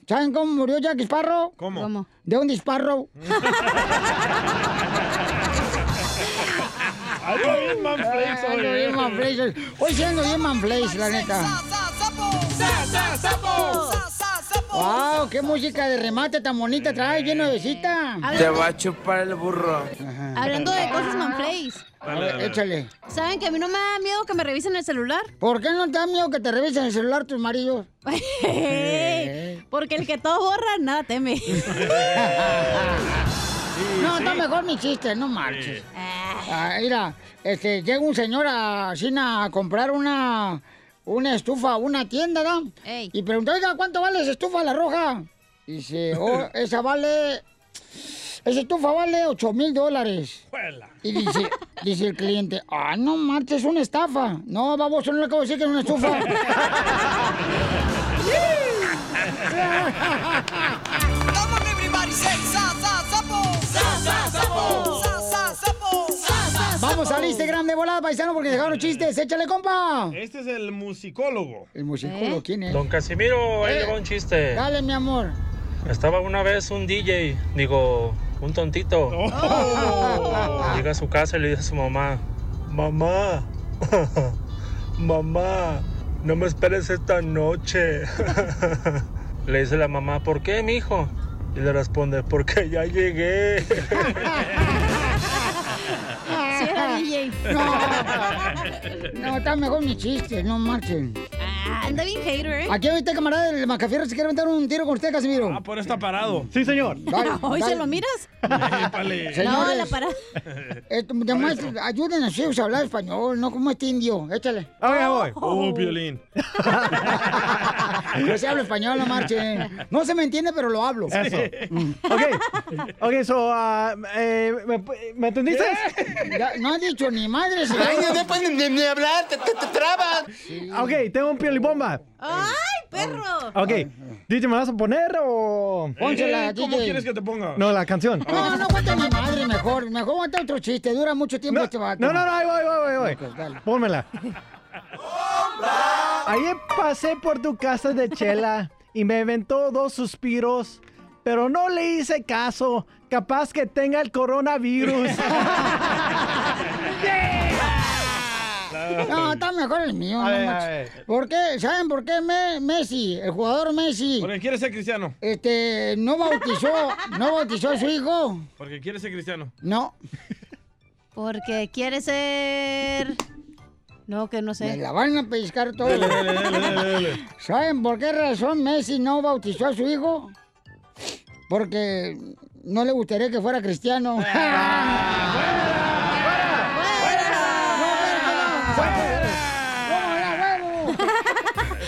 S2: ¿Saben cómo murió Jack Sparrow?
S5: ¿Cómo?
S2: De
S5: [laughs]
S2: un disparo.
S4: Algo bien manflex hoy,
S2: Algo
S4: eh.
S2: Ah, bien manflex hoy. Hoy siendo bien manflex, la neta. ¡Wow! ¡Qué música de remate tan bonita trae, bien nuevecita!
S8: a chupar el burro.
S2: Ah.
S9: Hablando de
S16: Ah.
S9: cosas manflays.
S2: A ver, échale.
S9: ¿Saben que a mí no me da miedo que me revisen el celular?
S2: ¿Por qué no te da miedo que te revisen el celular tus maridos?
S9: [laughs] Porque el que todo borra,
S2: [laughs]
S9: nada teme.
S2: No,
S9: sí.
S2: está mejor mi chiste, no marches. Ah, mira, este, llega un señor a China a comprar una, una estufa a una tienda, ¿no? Y pregunta, oiga, ¿cuánto vale esa estufa la roja? Dice,
S7: [clears throat]
S2: oh, esa vale, esa estufa vale 8 mil dólares. Y dice, dice el cliente, ah, no marches, es una estafa. No, baboso, no le acabo de decir que es una estufa. [laughs]
S4: Come on, everybody, say sa sa sapo. Sa sa sapo. Sa sa sapo. Sa sa sapo.
S2: Vamos al Instagram de volada, paisano, porque dejaron chistes. Échale, compa.
S5: Este es el musicólogo.
S2: ¿El musicólogo quién es?
S21: Don Casimiro, ahí
S2: Eh,
S21: le va un chiste.
S2: Dale, mi amor.
S21: Estaba una vez un DJ, digo, un tontito.
S2: Oh.
S21: [laughs] Llega a su casa y le dice a su mamá, mamá, [laughs] mamá, no me esperes esta noche. [laughs] le dice la mamá, ¿por qué, mi hijo? Y le responde, porque ya llegué. [laughs]
S9: Sí, era DJ.
S4: [laughs]
S2: No, está mejor mi chiste, no marchen.
S9: Anda bien hater, ¿eh?
S2: Aquí ahorita, camarada del Macafierro, se quiere aventar un tiro con usted, Casimiro. Ah,
S5: por está parado.
S2: [laughs]
S21: Sí, señor.
S9: [laughs] ¿Hoy
S2: dale.
S9: se lo miras?
S5: Épale.
S9: No, la parada.
S2: Eh, además, ayúdenos sí, a hablar español, no como este indio. Échale.
S21: Ahora
S5: voy.
S9: Oh.
S5: Uh, [laughs]
S2: [laughs]
S21: Oh,
S5: violín.
S2: No se habla español, no marchen. No se me entiende, pero lo hablo.
S21: Eso.
S2: ok.
S21: Ok, so, ah, eh, ¿me, me entendiste?
S2: Ya, no ha dicho ni madre.
S21: Ay, no te
S2: pueden ni, hablar, te, trabas.
S21: Ok, tengo un piolibomba.
S9: ¡Ay, perro!
S4: [laughs]
S21: Ok, DJ, ¿me vas a poner o...?
S2: Pónsela, Ah,
S21: ¿Cómo
S2: DJ.
S21: quieres
S5: que te ponga?
S21: No, la canción.
S2: No, no cuenta ni madre, mejor. Mejor aguanta otro chiste, dura mucho tiempo este vato.
S21: No, no, no, ahí voy, ahí voy, ahí voy. Pónmela. Ayer pasé por tu casa de chela y me inventó dos suspiros, pero no le hice caso. Capaz que tenga el coronavirus.
S2: No, está mejor el mío,
S5: A
S2: no
S5: ver, a
S2: manches.
S5: ver.
S2: ¿Por qué? ¿Saben por qué Me- Messi, el jugador Messi,
S5: Porque quiere ser cristiano.
S2: este, no bautizó, no bautizó a su hijo?
S5: Porque quiere ser cristiano.
S2: No.
S9: Porque quiere ser... No, que no sé.
S2: Me la van a pescar todo. ¿Saben por qué razón Messi no bautizó a su hijo? Porque no le gustaría que fuera cristiano.
S5: Ah.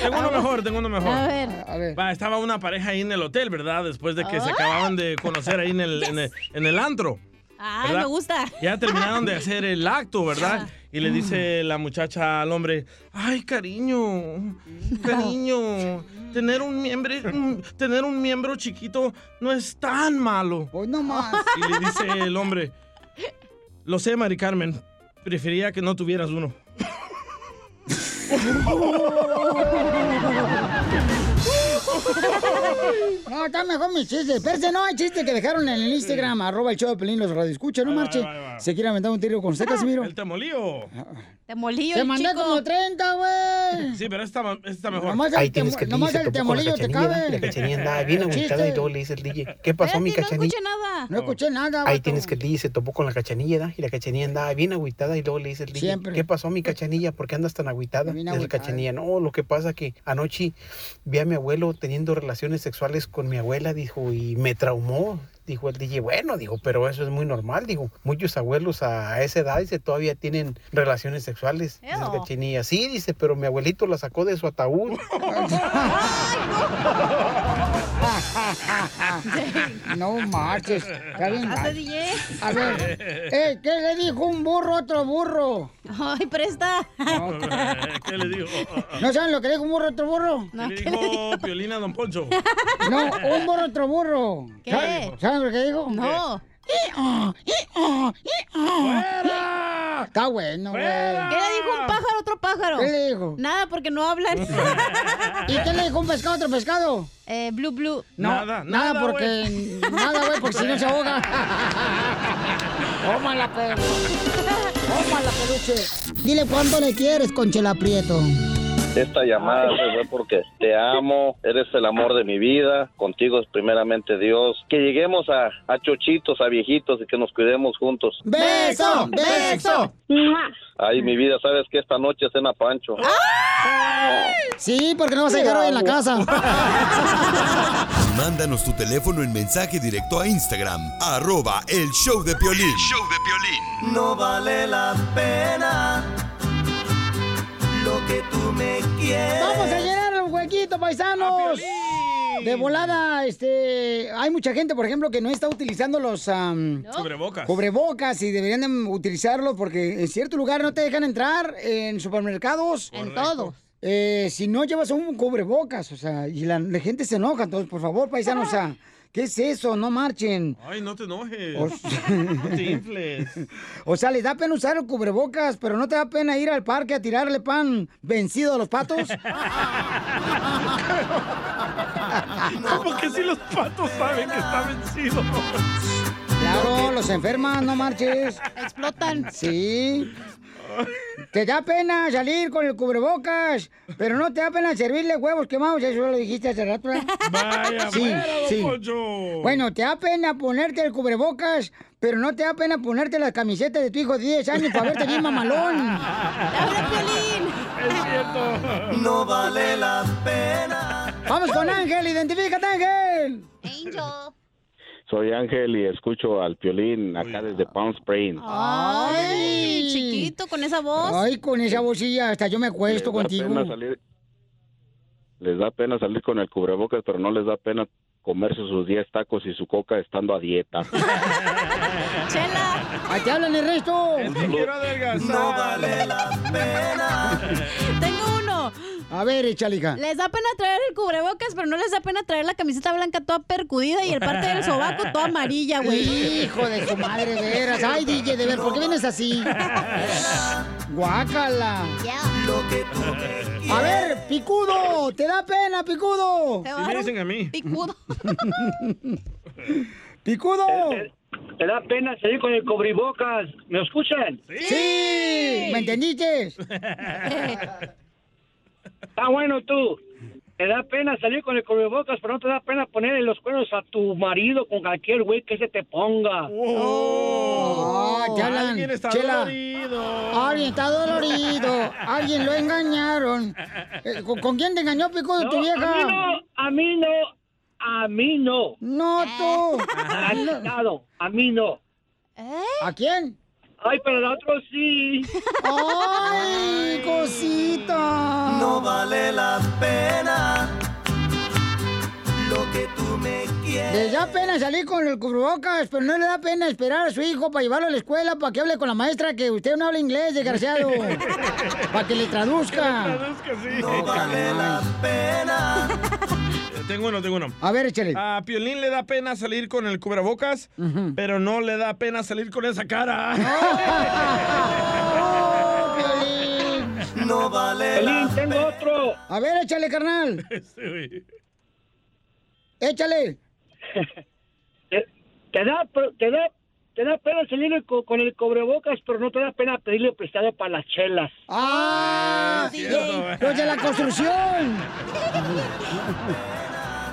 S5: Tengo uno mejor, tengo uno mejor.
S4: A ver.
S5: Va, estaba una pareja ahí en el hotel, ¿verdad? Después de que se
S9: Ah.
S5: acababan de conocer ahí en el, en el, en el antro.
S9: Ay,
S5: ¿Verdad?
S9: Ah, me gusta.
S5: Ya terminaron de hacer el acto, ¿verdad? Y le dice
S9: Mm.
S5: la muchacha al hombre, ay, cariño, cariño, tener un miembro, mm, tener un miembro chiquito no es tan malo.
S2: Pues no más.
S5: [laughs] Y le dice el hombre, lo sé, Mari Carmen, prefería que no tuvieras uno.
S2: [laughs]
S9: [laughs] [laughs]
S2: No, está mejor mis chistes. Espérate, no hay chistes que dejaron en el Instagram, arroba el show de Pelín, los radioescucha, no marche. Se quiere aventar un tiro con usted, Casimiro.
S5: Ah, El temolío.
S2: Ah.
S9: Te molí
S2: Te mandé como 30, güey.
S5: Sí, pero esta, ma- esta mejor.
S2: Nomás el Ahí tienes temo- que el DJ nomás se el topó con la temolillo te cachanilla, cabe. ¿no? La cachanilla andaba bien agüitada Chiste. y luego
S23: le dice el DJ, ¿qué pasó, mi cachanilla?
S9: nada.
S2: No escuché nada,
S23: Ahí
S2: vato.
S23: tienes que el DJ se topó con la cachanilla, ¿da? y la cachanilla andaba bien agüitada y luego le dice el DJ,
S2: Siempre.
S23: ¿qué pasó, mi cachanilla? ¿Por qué andas tan agüitada? Dice el
S2: agüitada.
S23: cachanilla, no, lo que pasa que anoche vi a mi abuelo teniendo relaciones sexuales con mi abuela, dijo, y me traumó. Dijo el DJ, bueno, digo, pero eso es muy normal, digo. Muchos abuelos a esa edad, dice, todavía tienen relaciones sexuales. Dice el
S4: Ew.
S23: cachanilla, sí, dice, pero mi abuelito la sacó de su ataúd.
S5: [laughs]
S2: No marches. Está bien
S9: ¿Hace
S2: mal.
S9: DJ?
S2: A ver, eh, ¿qué le dijo un burro a otro burro?
S9: Ay, presta.
S5: [laughs] ¿Qué le digo?
S2: ¿No saben lo que le dijo un burro a otro burro?
S5: ¿Qué le dijo Piolina oh, a Don Poncho? Eh,
S2: No, oh. un burro a otro burro.
S5: ¿Qué?
S2: ¿Saben- ¿Saben lo que dijo?
S5: No.
S2: ¡Ih-oh! ¡Ih-oh! ¡Ih-oh! Está bueno, güey.
S9: ¿Qué le dijo un pájaro a otro pájaro?
S2: ¿Qué le dijo?
S9: Nada, porque no hablan.
S2: [laughs] ¿Y qué le dijo un pescado a otro pescado?
S9: Eh, blue, blue.
S2: No, nada, porque nada, güey, porque si no
S5: [laughs]
S2: se ahoga. Tómala, perro. Tómala, peluche. Dile cuánto le quieres, Conchela Prieto.
S24: Esta llamada se fue porque te amo, eres el amor de mi vida, contigo es primeramente Dios. Que lleguemos a, a chochitos, a viejitos y que nos cuidemos juntos.
S2: ¡Beso! ¡Beso!
S24: Ay, mi vida, sabes que esta noche cena Pancho.
S2: Sí, porque no vas a llegar hoy en la casa.
S1: Mándanos tu teléfono en mensaje directo a Instagram, arroba el show de Piolín.
S4: No vale la pena lo que tú me quieres.
S2: [laughs] Vamos a llenar el huequito, paisanos. De volada, este, hay mucha gente, por ejemplo, que no está utilizando los am,
S5: Cubrebocas.
S2: cubrebocas y deberían de utilizarlo porque en cierto lugar no te dejan entrar, en supermercados, en todo. si no llevas un cubrebocas, o sea, y la, la gente se enoja, entonces, por favor, paisanos, o sea, ¿qué es eso? No marchen.
S5: Ay, no te enojes. [laughs]
S2: O,
S5: No te infles.
S2: o sea, les da pena usar el cubrebocas, pero no te da pena ir al parque a tirarle pan vencido a los patos.
S5: Porque si los patos saben que está vencido.
S2: Claro, los enferman, no marches. Explotan. Sí. Te da pena salir con el cubrebocas, pero no te da pena servirle huevos quemados, eso lo dijiste hace rato. ¿eh?
S5: Vaya, fuera, don Poncho.
S2: Bueno, te da pena ponerte el cubrebocas, pero no te da pena ponerte las camisetas de tu hijo de 10 años para verte bien mamalón.
S4: Es cierto. No vale la pena.
S2: Vamos con Ángel, identifícate Ángel.
S13: Soy Ángel y escucho al Piolín acá desde Palm Springs.
S9: Ay, chiquito, con esa voz.
S2: Ay, con esa vocilla, hasta yo me cuesto
S13: Les da
S2: contigo.
S13: pena salir- les da pena salir con el cubrebocas, pero no les da pena comerse sus 10 tacos y su coca estando a dieta.
S2: Chela. Ahí te hablan el resto.
S13: quiero
S4: No vale la pena.
S9: Tengo uno.
S2: A ver, échale, hija.
S9: Les da pena traer el cubrebocas, pero no les da pena traer la camiseta blanca toda percudida y el parte del sobaco toda amarilla, güey.
S2: Hijo de su madre, de veras. Ay, DJ, de ver, ¿por qué vienes así? Guácala. A ver, picudo, te da pena, picudo.
S5: Sí me dicen a mí.
S9: Picudo.
S2: Picudo.
S25: Eh, te da pena salir con el cobrebocas. ¿Me escuchan?
S2: ¡Sí! ¿Me
S25: [laughs]
S2: entendiste?
S25: Está Ah, bueno tú. Te da pena salir con el cubrebocas, pero no te da pena ponerle los cuernos a tu marido con cualquier güey que se te ponga.
S2: [laughs] Oh. Ah, te hablan,
S25: Alguien está
S2: dolorido. Alguien está dolorido. Alguien lo engañaron. Eh, ¿Con, con quién te engañó, Pico,
S25: No,
S2: tu vieja?
S25: a mí no, a mí no, a mí no.
S2: No, tú.
S25: A mí, no, a mí no.
S2: ¿A quién?
S25: Ay, pero a otro sí.
S2: ¡Ay, cosita!
S4: No vale la pena lo que tú me quieres.
S2: Les da pena salir con el cubrebocas, pero no le da pena esperar a su hijo para llevarlo a la escuela para que hable con la maestra que usted no habla
S4: [laughs]
S2: inglés,
S25: [laughs]
S2: desgraciado. para que le traduzca.
S4: No vale
S2: [laughs]
S4: la pena.
S5: Eh, Tengo uno, tengo uno.
S2: A ver, échale.
S5: A Piolín le da pena salir con el cubrebocas, pero no le da pena salir con esa cara.
S2: [laughs] Oh,
S4: No vale la
S25: tengo otro.
S2: A ver, échale, carnal. Échale.
S25: [laughs] Te da, te da, te da pena salir co- con el cobrebocas, pero no te da pena pedirle prestado para las chelas.
S2: ¡Ah!
S25: Sí,
S2: Los
S25: cierto.
S2: los de la construcción.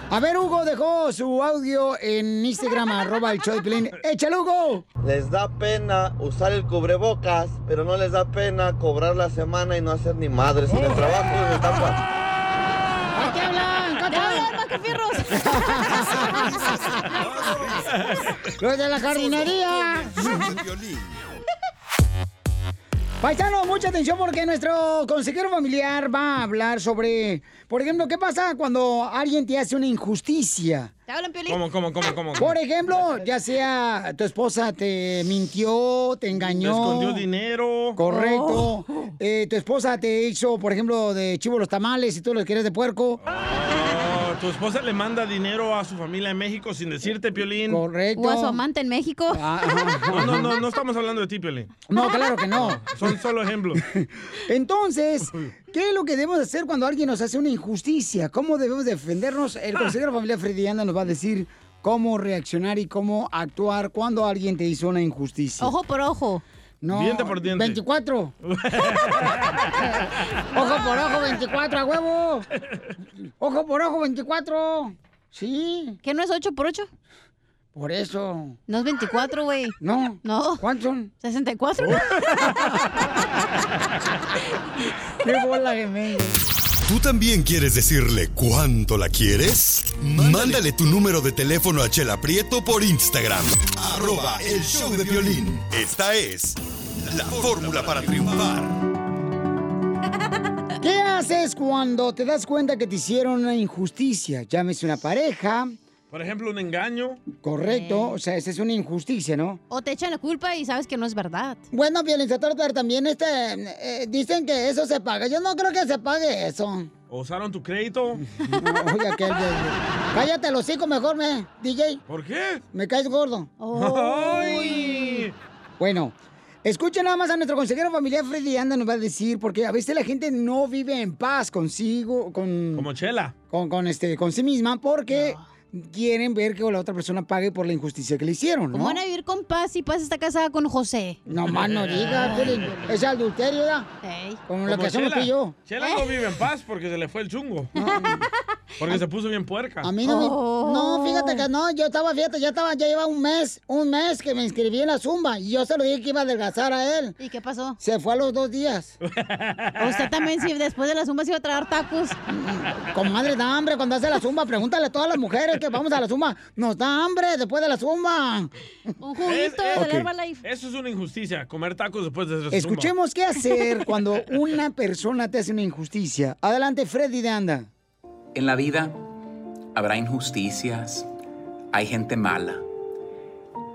S2: A ver, Hugo dejó su audio en Instagram, arroba el show de Piolín. ¡Échale, Hugo!
S14: Les da pena usar el cubrebocas, pero no les da pena cobrar la semana y no hacer ni madres en el trabajo y en el tapa.
S2: ¿A qué hablan? ¡Los de la jardinería! Paisano, mucha atención porque nuestro consejero familiar va a hablar sobre, por ejemplo, qué pasa cuando alguien te hace una injusticia.
S9: ¿Te hablan, Piolín?
S5: ¿Cómo, cómo, cómo, cómo?
S2: Por ejemplo, ya sea tu esposa te mintió, te
S5: Te
S2: engañó.
S5: escondió dinero. oh,
S2: Correcto.
S9: Oh.
S2: Eh, tu esposa te hizo, por ejemplo, de chivo los tamales y tú los quieres de puerco.
S5: Oh, tu esposa le manda dinero a su familia en México sin decirte, Piolín.
S2: Correcto. Ah,
S9: O a su amante en México.
S5: No, no, no, no estamos hablando de ti, Piolín.
S2: No, claro que no.
S5: Son solo ejemplos.
S2: Entonces, ¿qué es lo que debemos hacer cuando alguien nos hace una injusticia? ¿Cómo debemos defendernos? El consejero familiar Freddy Anda nos va a decir cómo reaccionar y cómo actuar cuando alguien te hizo una injusticia.
S9: Ojo por ojo.
S2: No,
S9: Diente por diente.
S2: 24.
S9: [laughs]
S2: ojo por ojo, 24, a huevo. [laughs] Ojo por ojo, 24. Sí.
S9: ¿Qué no es 8 por 8?
S2: Por eso.
S9: No es 24, güey.
S2: No.
S9: No.
S2: ¿Cuántos son? Oh.
S9: 64. [laughs]
S2: Qué bola que me-
S1: ¿Tú también quieres decirle cuánto la quieres? Mándale tu número de teléfono a Chela Prieto por Instagram. Arroba el show de violín. Esta es la fórmula para triunfar.
S2: ¿Qué haces cuando te das cuenta que te hicieron una injusticia? Llámese una pareja,
S5: Por ejemplo, un engaño.
S2: correcto. O sea, esa es una injusticia, ¿no?
S9: O te echan la culpa y sabes que no es verdad.
S2: Bueno, violenciador, pero también este, eh, dicen que eso se paga. Yo no creo que se pague eso.
S5: ¿O usaron tu
S4: [laughs]
S5: crédito?
S2: Oye, aquel, de- de- Cállate los hocico mejor, me, DJ.
S5: ¿Por qué?
S2: Me caes gordo.
S5: Ay.
S2: Bueno, escuchen nada más a nuestro consejero familiar Freddy Anda nos va a decir, porque a veces la gente no vive en paz consigo, con...
S5: Como Chela.
S2: Con, con, este, con sí misma, porque quieren ver que la otra persona pague por la injusticia que le hicieron,
S9: ¿Cómo
S2: ¿no?
S9: van a vivir con paz si Paz está casada con José?
S2: No más no digas, Piolín. Es adulterio, ¿verdad? Como lo
S5: Como
S2: que hacemos
S5: Chela.
S2: tú y yo.
S5: Chela no vive en paz porque se le fue el chungo. Porque se puso bien puerca.
S2: A mí no me... No,
S9: Oh.
S2: fíjate que no, yo estaba, fíjate, ya estaba, ya lleva un mes, un mes que me inscribí en la Zumba y yo se lo dije que iba a adelgazar a él.
S9: ¿Y qué pasó?
S2: Se fue a los dos días.
S9: [laughs] Usted también, si después de la zumba se iba a traer tacos.
S2: Comadre, da hambre cuando hace la zumba. Pregúntale a todas las mujeres que vamos a la zumba. Nos da hambre después de la zumba.
S9: Un
S5: Es- ok. Eso es una injusticia, comer tacos después de esa
S2: Escuchemos qué
S5: zumba.
S2: hacer cuando una persona te hace una injusticia. Adelante, Freddy de Anda.
S15: En la vida habrá injusticias, hay gente mala,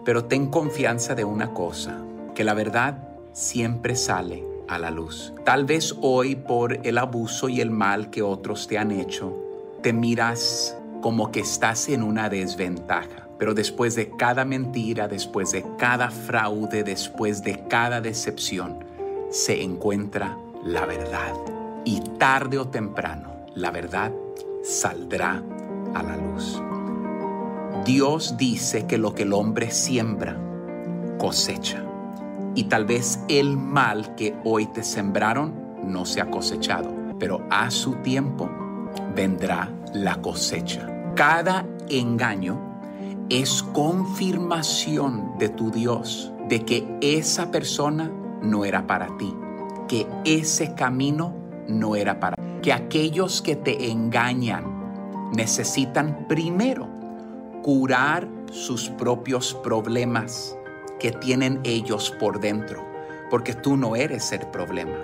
S15: pero ten confianza de una cosa, que la verdad siempre sale a la luz. Tal vez hoy por el abuso y el mal que otros te han hecho, te miras como que estás en una desventaja. Pero después de cada mentira, después de cada fraude, después de cada decepción, se encuentra la verdad. Y tarde o temprano, la verdad saldrá a la luz. Dios dice que lo que el hombre siembra, cosecha. Y tal vez el mal que hoy te sembraron no se ha cosechado, pero a su tiempo vendrá la cosecha. Cada engaño es confirmación de tu Dios de que esa persona no era para ti, que ese camino no era para ti, que aquellos que te engañan necesitan primero curar sus propios problemas que tienen ellos por dentro, porque tú no eres el problema,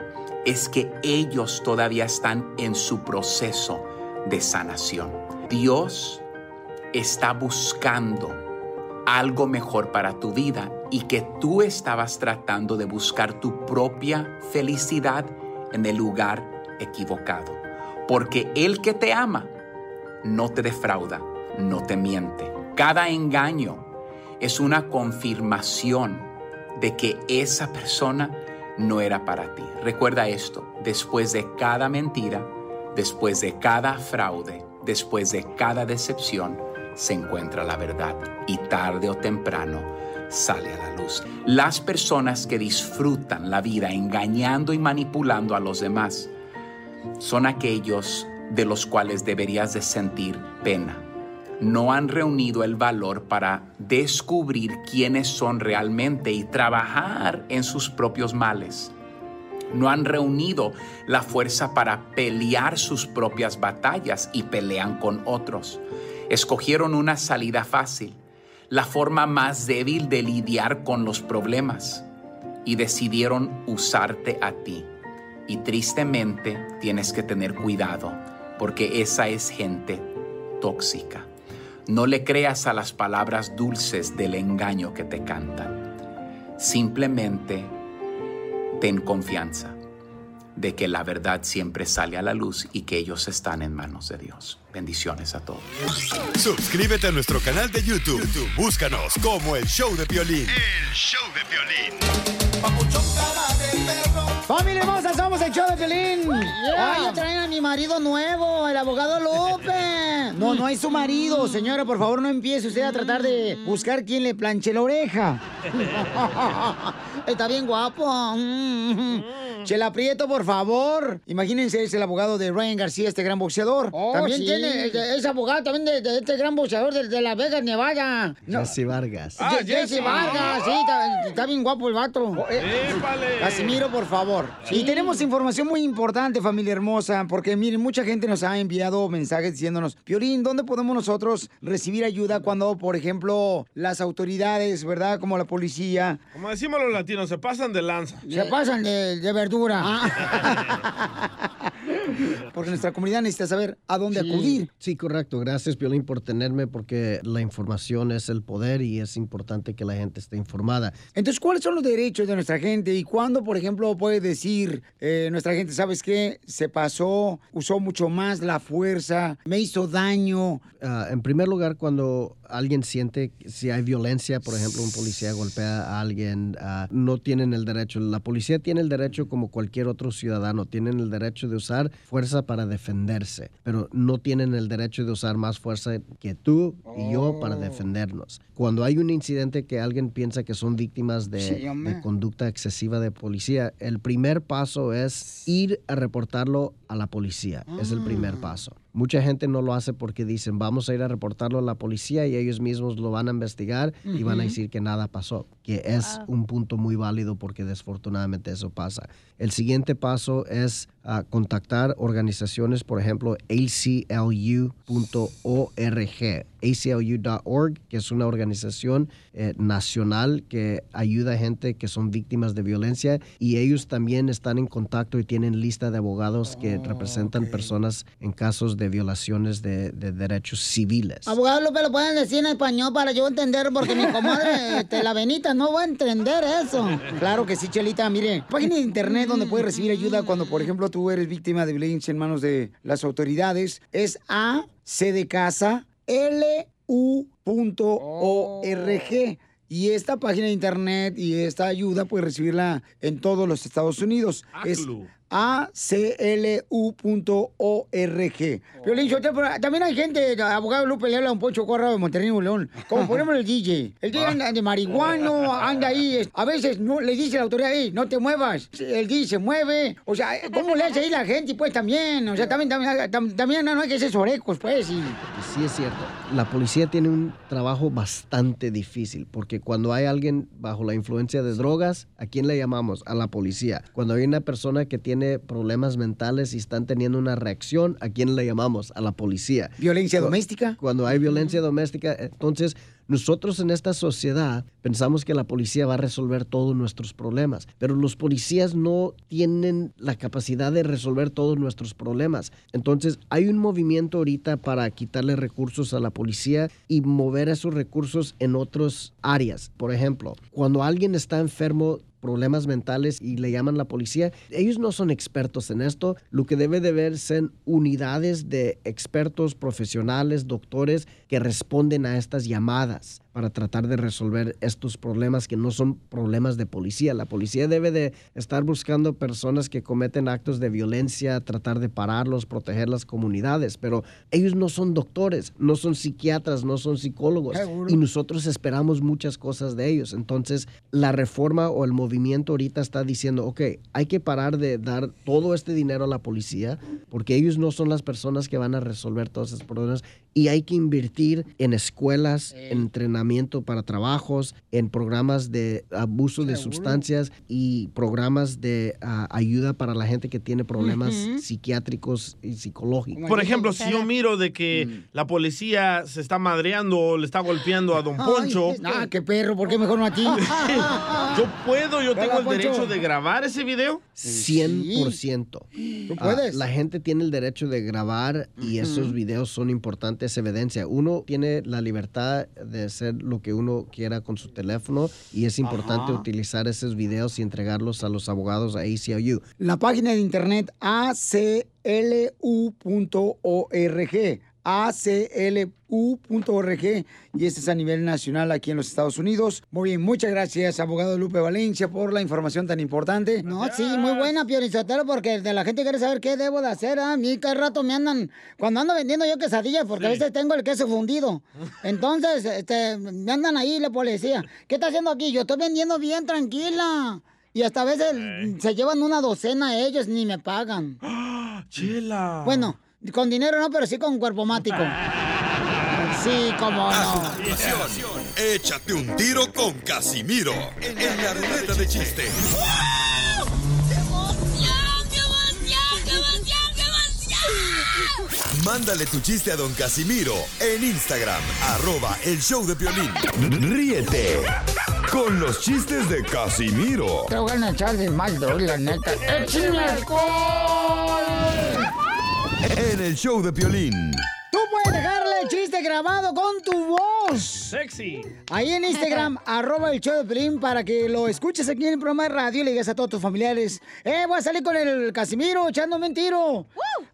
S15: es que ellos todavía están en su proceso de sanación. Dios está buscando algo mejor para tu vida y que tú estabas tratando de buscar tu propia felicidad en el lugar equivocado. Porque el que te ama no te defrauda, no te miente. Cada engaño es una confirmación de que esa persona no era para ti. Recuerda esto, después de cada mentira, después de cada fraude, después de cada decepción, se encuentra la verdad y tarde o temprano sale a la luz. Las personas que disfrutan la vida engañando y manipulando a los demás son aquellos de los cuales deberías de sentir pena. No han reunido el valor para descubrir quiénes son realmente y trabajar en sus propios males. No han reunido la fuerza para pelear sus propias batallas y pelean con otros escogieron una salida fácil, la forma más débil de lidiar con los problemas y decidieron usarte a ti. Y tristemente tienes que tener cuidado porque esa es gente tóxica. No le creas a las palabras dulces del engaño que te cantan. Simplemente ten confianza de que la verdad siempre sale a la luz y que ellos están en manos de Dios. Bendiciones a todos.
S1: [laughs] Suscríbete a nuestro canal de YouTube. YouTube, Búscanos como el show de violín.
S2: ¡Familia hermosa! ¡Somos el show de Pelín! ¡Ay, traen a mi marido nuevo, el abogado López! No, no es su marido. Señora, por favor, no empiece usted a tratar de buscar quién le planche la oreja. Está bien guapo. Mm. Chela Prieto, por favor. Imagínense, es el abogado de Ryan García, este gran boxeador.
S20: Oh,
S2: también
S4: sí.
S2: tiene, eh, es, es abogado también de, de este gran boxeador de, de Las Vegas, Nevada. No,
S16: Jesse Vargas.
S2: Ah, Jesse Vargas, sí, está, está bien guapo el vato. Eh,
S16: Épale.
S2: Casimiro, por favor. Y tenemos información muy importante, familia hermosa, porque miren, mucha gente nos ha enviado mensajes diciéndonos, Piorín, ¿dónde podemos nosotros recibir ayuda cuando, por ejemplo, las autoridades, ¿verdad? Como la policía,
S5: [laughs] Como decimos los latinos, se pasan de lanza.
S2: se pasan de, de verdura. [laughs] Porque nuestra comunidad necesita saber a dónde
S16: Sí.
S2: acudir.
S16: Sí, correcto. Gracias, Violín, por tenerme porque la información es el poder y es importante que la gente esté informada.
S2: Entonces, ¿cuáles son los derechos de nuestra gente? ¿Y cuándo, por ejemplo, puede decir eh, nuestra gente, sabes qué? Se pasó, usó mucho más la fuerza, me hizo daño.
S16: Ah, en primer lugar, cuando alguien siente que si hay violencia, por ejemplo, un policía golpea a alguien, ah, no tienen el derecho. La policía tiene el derecho como cualquier otro ciudadano, tienen el derecho de usar fuerza para defenderse, pero no tienen el derecho de usar más fuerza que tú y yo para defendernos. Cuando hay un incidente que alguien piensa que son víctimas de, Sí, de hombre. conducta excesiva de policía, el primer paso es ir a reportarlo a la policía. Es el primer paso. Mucha gente no lo hace porque dicen, vamos a ir a reportarlo a la policía y ellos mismos lo van a investigar y van a
S17: Ujú.
S16: decir que nada pasó, que es un punto muy válido porque desafortunadamente eso pasa. El siguiente paso es ah, contactar organizaciones, por ejemplo, aclu.org, aclu.org, que es una organización eh, nacional que ayuda a gente que son víctimas de violencia y ellos también están en contacto y tienen lista de abogados que representan personas en casos de violaciones de, de derechos civiles.
S2: Abogado López, lo pueden decir en español para yo entender, porque mi [laughs] comadre, este, la Benita, no va a entender eso. Claro que sí, Chelita, mire, página de internet donde puedes recibir ayuda cuando, por ejemplo, tú eres víctima de violencia en manos de las autoridades, es a c de casa lu.org. Y esta página de internet y esta ayuda puedes recibirla en todos los Estados Unidos. Es
S5: ACLU.
S4: ACLU.org. Violín, yo te- también hay gente, abogado Lupe le habla a un pocho corrado de Monterrey Nuevo León. Como por ejemplo el DJ. El DJ anda de marihuano, anda ahí. es- A veces no, le dice la autoridad, "Ey, no te muevas. El DJ se mueve. O sea, ¿cómo le hace ahí la gente? Pues también. O sea, también, también, tam- también no hay que ser sorecos, pues. Y...
S16: Sí es cierto. La policía tiene un trabajo bastante difícil porque cuando hay alguien bajo la influencia de drogas, ¿a quién le llamamos? A la policía. Cuando hay una persona que tiene problemas mentales y están teniendo una reacción, ¿a quién le llamamos? A la policía.
S4: ¿Violencia
S16: Cu-
S4: doméstica?
S16: Cuando hay violencia doméstica, entonces nosotros en esta sociedad pensamos que la policía va a resolver todos nuestros problemas, pero los policías no tienen la capacidad de resolver todos nuestros problemas. Entonces hay un movimiento ahorita para quitarle recursos a la policía y mover esos recursos en otras áreas. Por ejemplo, cuando alguien está enfermo problemas mentales y le llaman la policía. Ellos no son expertos en esto. Lo que debe de haber son unidades de expertos, profesionales, doctores que responden a estas llamadas para tratar de resolver estos problemas que no son problemas de policía. La policía debe de estar buscando personas que cometen actos de violencia, tratar de pararlos, proteger las comunidades, pero ellos no son doctores, no son psiquiatras, no son psicólogos
S4: Seguro.
S16: y nosotros esperamos muchas cosas de ellos. Entonces, la reforma o el movimiento ahorita está diciendo, ok, hay que parar de dar todo este dinero a la policía porque ellos no son las personas que van a resolver todos esos problemas y hay que invertir en escuelas, en entrenamiento para trabajos, en programas de abuso de sustancias y programas de ah, ayuda para la gente que tiene problemas
S5: Ujú.
S16: psiquiátricos y psicológicos.
S5: Por ejemplo, si yo miro de que
S4: Mm.
S5: la policía se está madreando o le está golpeando a Don Poncho,
S4: Ay, Ah, qué perro, ¿por qué mejor no a ti?
S5: [laughs] yo puedo, yo tengo el
S4: Poncho.
S5: derecho de grabar ese video.
S16: 100%.
S4: Tú
S16: Ah,
S4: puedes.
S16: la gente tiene el derecho de grabar y esos videos son importantes evidencia. Uno tiene la libertad de hacer lo que uno quiera con su teléfono y es importante
S4: Ajá.
S16: utilizar esos videos y entregarlos a los abogados a ACLU.
S4: La página de internet aclu.org. aclu.org. Y este es a nivel nacional aquí en los Estados Unidos. Muy bien, muchas gracias, abogado Lupe Valencia, por la información tan importante.
S2: No, sí, muy buena, Piorizotero, porque de la gente quiere saber qué debo de hacer. ¿ah? A mí cada rato me andan, cuando ando vendiendo yo quesadillas, porque a
S4: Sí.
S2: veces tengo el queso fundido. Entonces, este, me andan ahí la policía. ¿Qué está haciendo aquí? Yo estoy vendiendo bien tranquila. Y hasta a veces se llevan una docena ellos, ni me pagan. [gasps]
S5: Chela.
S2: Bueno, con dinero no, pero sí con
S4: [laughs]
S2: cuerpo mático. Sí, como
S4: Ah,
S2: no.
S1: Acción. Échate un tiro con Casimiro en la ruleta de chistes. Mándale tu chiste a don Casimiro en Instagram, arroba el show de violín.
S26: Ríete con los chistes de Casimiro
S4: Te voy a echar de mal, doy, la neta. ¡Échame alcohol!
S26: en el show de violín.
S2: Tú puedes dejarle el chiste grabado con tu voz.
S5: Sexy.
S2: Ahí en Instagram, arroba el show de Pelín, para que lo escuches aquí en el programa de radio y le digas a todos tus familiares, eh, voy a salir con el Casimiro echándome un tiro.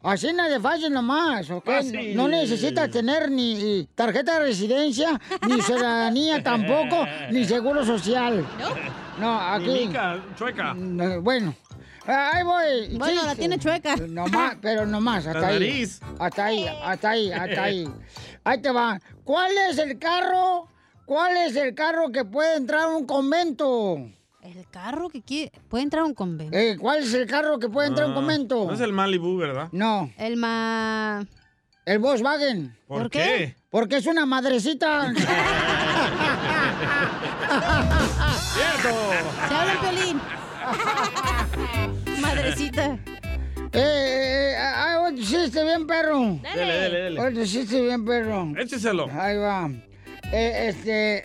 S2: Así nada de falles nomás, ¿ok?
S4: Fácil.
S2: No necesitas tener ni eh, tarjeta de residencia, ni ciudadanía tampoco, ni seguro social. No,
S5: Mi
S2: aquí...
S5: mica, chueca.
S2: No, Bueno, ahí voy.
S5: Bueno, la tiene
S2: chueca. Nomás, pero nomás,
S5: La
S2: hasta ahí.
S5: nariz.
S2: Hasta ahí, hasta ahí, hasta ahí. Ahí te va. ¿Cuál es el carro? ¿Cuál es el carro que puede entrar a un convento? Eh,
S9: El carro que qui- puede entrar a un convento.
S2: ¿Cuál es el carro que puede entrar a
S5: Ah,
S2: un convento?
S5: No es el Malibu, ¿verdad?
S2: No. El ma... El Volkswagen.
S5: ¿Por ¿Por qué? qué?
S2: Porque es una
S5: [laughs]
S2: madrecita.
S5: ¡Cierto!
S2: Te habla el [laughs] violín. Madrecita. Eh, eh, eh, ah, otro chiste bien, perro.
S5: Dele, dele, dele.
S2: Otro chiste bien, perro.
S5: Écheselo.
S2: Ahí va. Eh, este,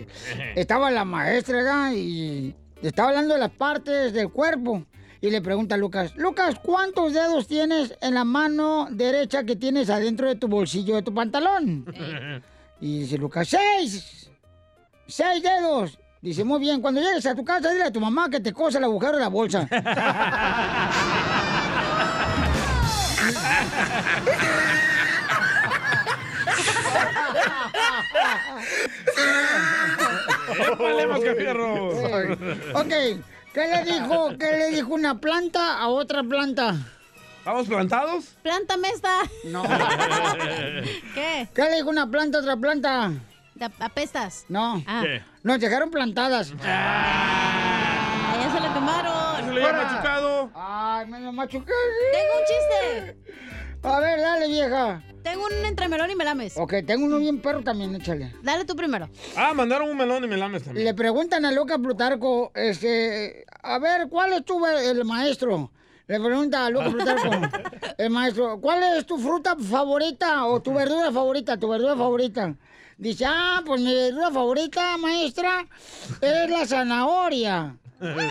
S2: eh, estaba la maestra, ¿verdad? Y estaba hablando de las partes del cuerpo. Y le pregunta a Lucas, Lucas, ¿cuántos dedos tienes en la mano derecha que tienes adentro de tu bolsillo de tu pantalón? Y dice Lucas, seis. Seis dedos. Dice, muy bien, cuando llegues a tu casa, dile a tu mamá que te cosa el agujero de la bolsa.
S5: ¡Épale, mascafierros! [laughs]
S2: ok, ¿Qué le dijo? ¿Qué le dijo una planta a otra planta?
S5: ¿Vamos plantados?
S9: Plántame esta.
S2: No. ¿Qué? ¿Qué le dijo una planta a otra planta?
S9: ¿Te ap- apestas?
S2: No.
S9: Ah.
S2: ¿Qué? Nos dejaron plantadas.
S9: Ah, ya se la quemaron.
S2: Eso le había machucado. Ay, me lo machuqué.
S9: Tengo un chiste.
S2: A ver, dale, vieja.
S9: Tengo un entre melón y melames.
S2: Ok, tengo uno bien perro también, échale.
S9: Dale tú primero.
S5: Ah, mandaron un melón y melames también.
S2: Le preguntan a Lucas Plutarco, este, a ver, ¿cuál es tu ve- el maestro? Le pregunta a Lucas Plutarco, el maestro, ¿cuál es tu fruta favorita o tu verdura favorita, tu verdura favorita? Dice, ah, pues mi verdura favorita, maestra, es la zanahoria.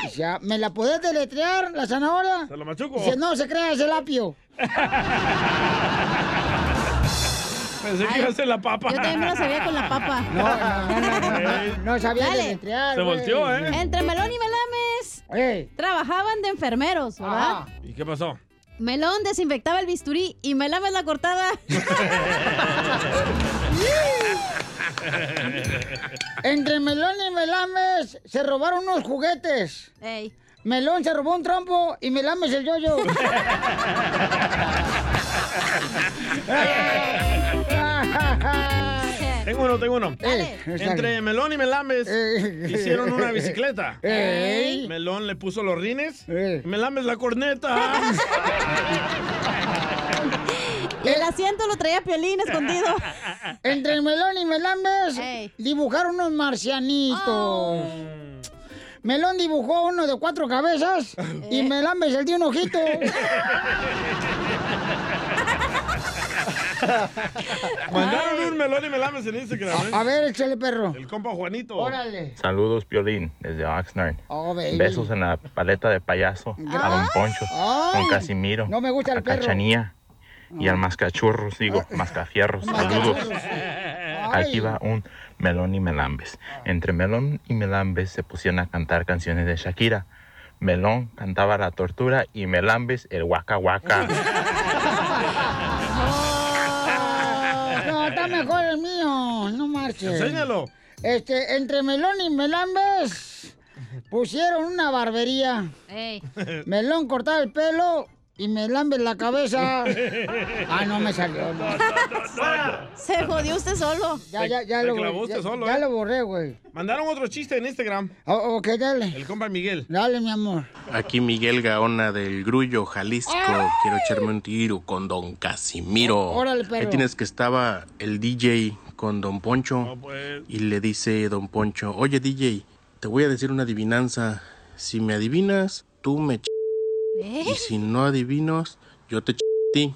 S2: Dice, ah, ¿me la podés deletrear, la zanahoria?
S5: ¿Se lo machuco?
S2: Dice, no, se crea, es el apio.
S5: Pensé que iba a ser la papa.
S9: Yo también me lo sabía con la papa.
S2: No, no, no, no, no, no sabía
S9: Dale.
S2: deletrear.
S5: Se
S2: güey.
S5: volteó, ¿eh?
S9: Entre melón y melames. Trabajaban de enfermeros, ¿verdad?
S2: Ah.
S5: ¿Y qué pasó?
S9: Melón desinfectaba el bisturí y melames la cortada.
S2: Entre Melón y Melames se robaron unos juguetes. Melón se robó un trompo y Melames el yoyo.
S5: Tengo uno, tengo uno.
S2: Dale.
S5: Entre Melón y Melames hicieron una bicicleta.
S4: Ey.
S5: Melón le puso los rines. y Melames la corneta.
S2: [laughs]
S9: Y [laughs] el asiento lo traía Piolín escondido.
S2: Eh, Entre Melón y Melames dibujaron unos marcianitos.
S9: Oh.
S2: Melón dibujó uno de cuatro cabezas
S9: Eh.
S2: y Melames el de un
S9: [laughs]
S2: ojito.
S5: Mandaron un melón y melames en Instagram. ¿eh?
S2: A ver, échale perro.
S5: El compa Juanito.
S2: Órale.
S6: Saludos, Piolín, desde Oxnard.
S2: Oh, baby.
S6: Besos en la paleta de payaso a Don Poncho,
S2: Ay.
S6: Don Casimiro,
S2: No me gusta el
S6: a
S2: perro.
S6: Cachanía y al Mascachurros, digo, Mascafierros. Saludos. Aquí va un melón y melambes. Entre melón y melambes se pusieron a cantar canciones de Shakira. Melón cantaba la tortura y melambes el
S2: [laughs]
S6: huaca huaca.
S2: No, está mejor el mío. No marches.
S6: Enséñalo.
S2: Este, entre Melón y Melambes pusieron una barbería. Melón cortaba el pelo y Melambes la
S27: [laughs]
S2: cabeza. Ah, no me salió. no.
S9: Se jodió usted solo.
S2: Ya, ya, ya
S5: Te
S2: lo
S5: clavó usted
S2: ya-
S5: solo,
S2: ya
S5: ¿eh?
S2: lo borré, güey.
S5: Mandaron otro chiste en Instagram.
S2: Oh, ok, dale.
S5: El compa Miguel.
S2: Dale, mi amor.
S28: Aquí Miguel Gaona del Grullo, Jalisco. Quiero echarme un tiro con don Casimiro.
S2: Órale, perro.
S28: Ahí tienes que estaba el DJ con don Poncho. Y le dice don Poncho, oye DJ, te voy a decir una adivinanza. Si me adivinas, tú me ch...
S2: ¿Eh?
S28: Y si no adivinas, yo te ch... a ti".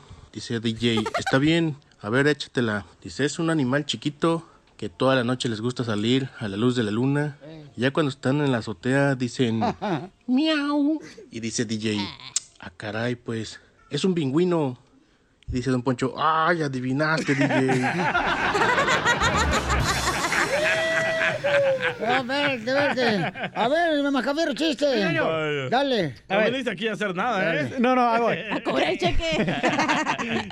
S2: [laughs]
S28: Dice DJ, está bien, a ver, échatela. Dice, es un animal chiquito que toda la noche les gusta salir a la luz de la luna.
S2: Eh.
S28: Ya cuando están en la azotea dicen...
S2: [laughs]
S4: Miau.
S28: Y dice DJ, ah, caray, pues, es un pingüino. Y dice Don Poncho, ay, adivinaste, DJ.
S2: A ver, de verte. A ver, mi mascafierro, chiste.
S5: Ay.
S2: Dale.
S5: No veniste aquí a hacer nada, ¿eh?
S27: No, no,
S5: [laughs]
S27: ahí voy.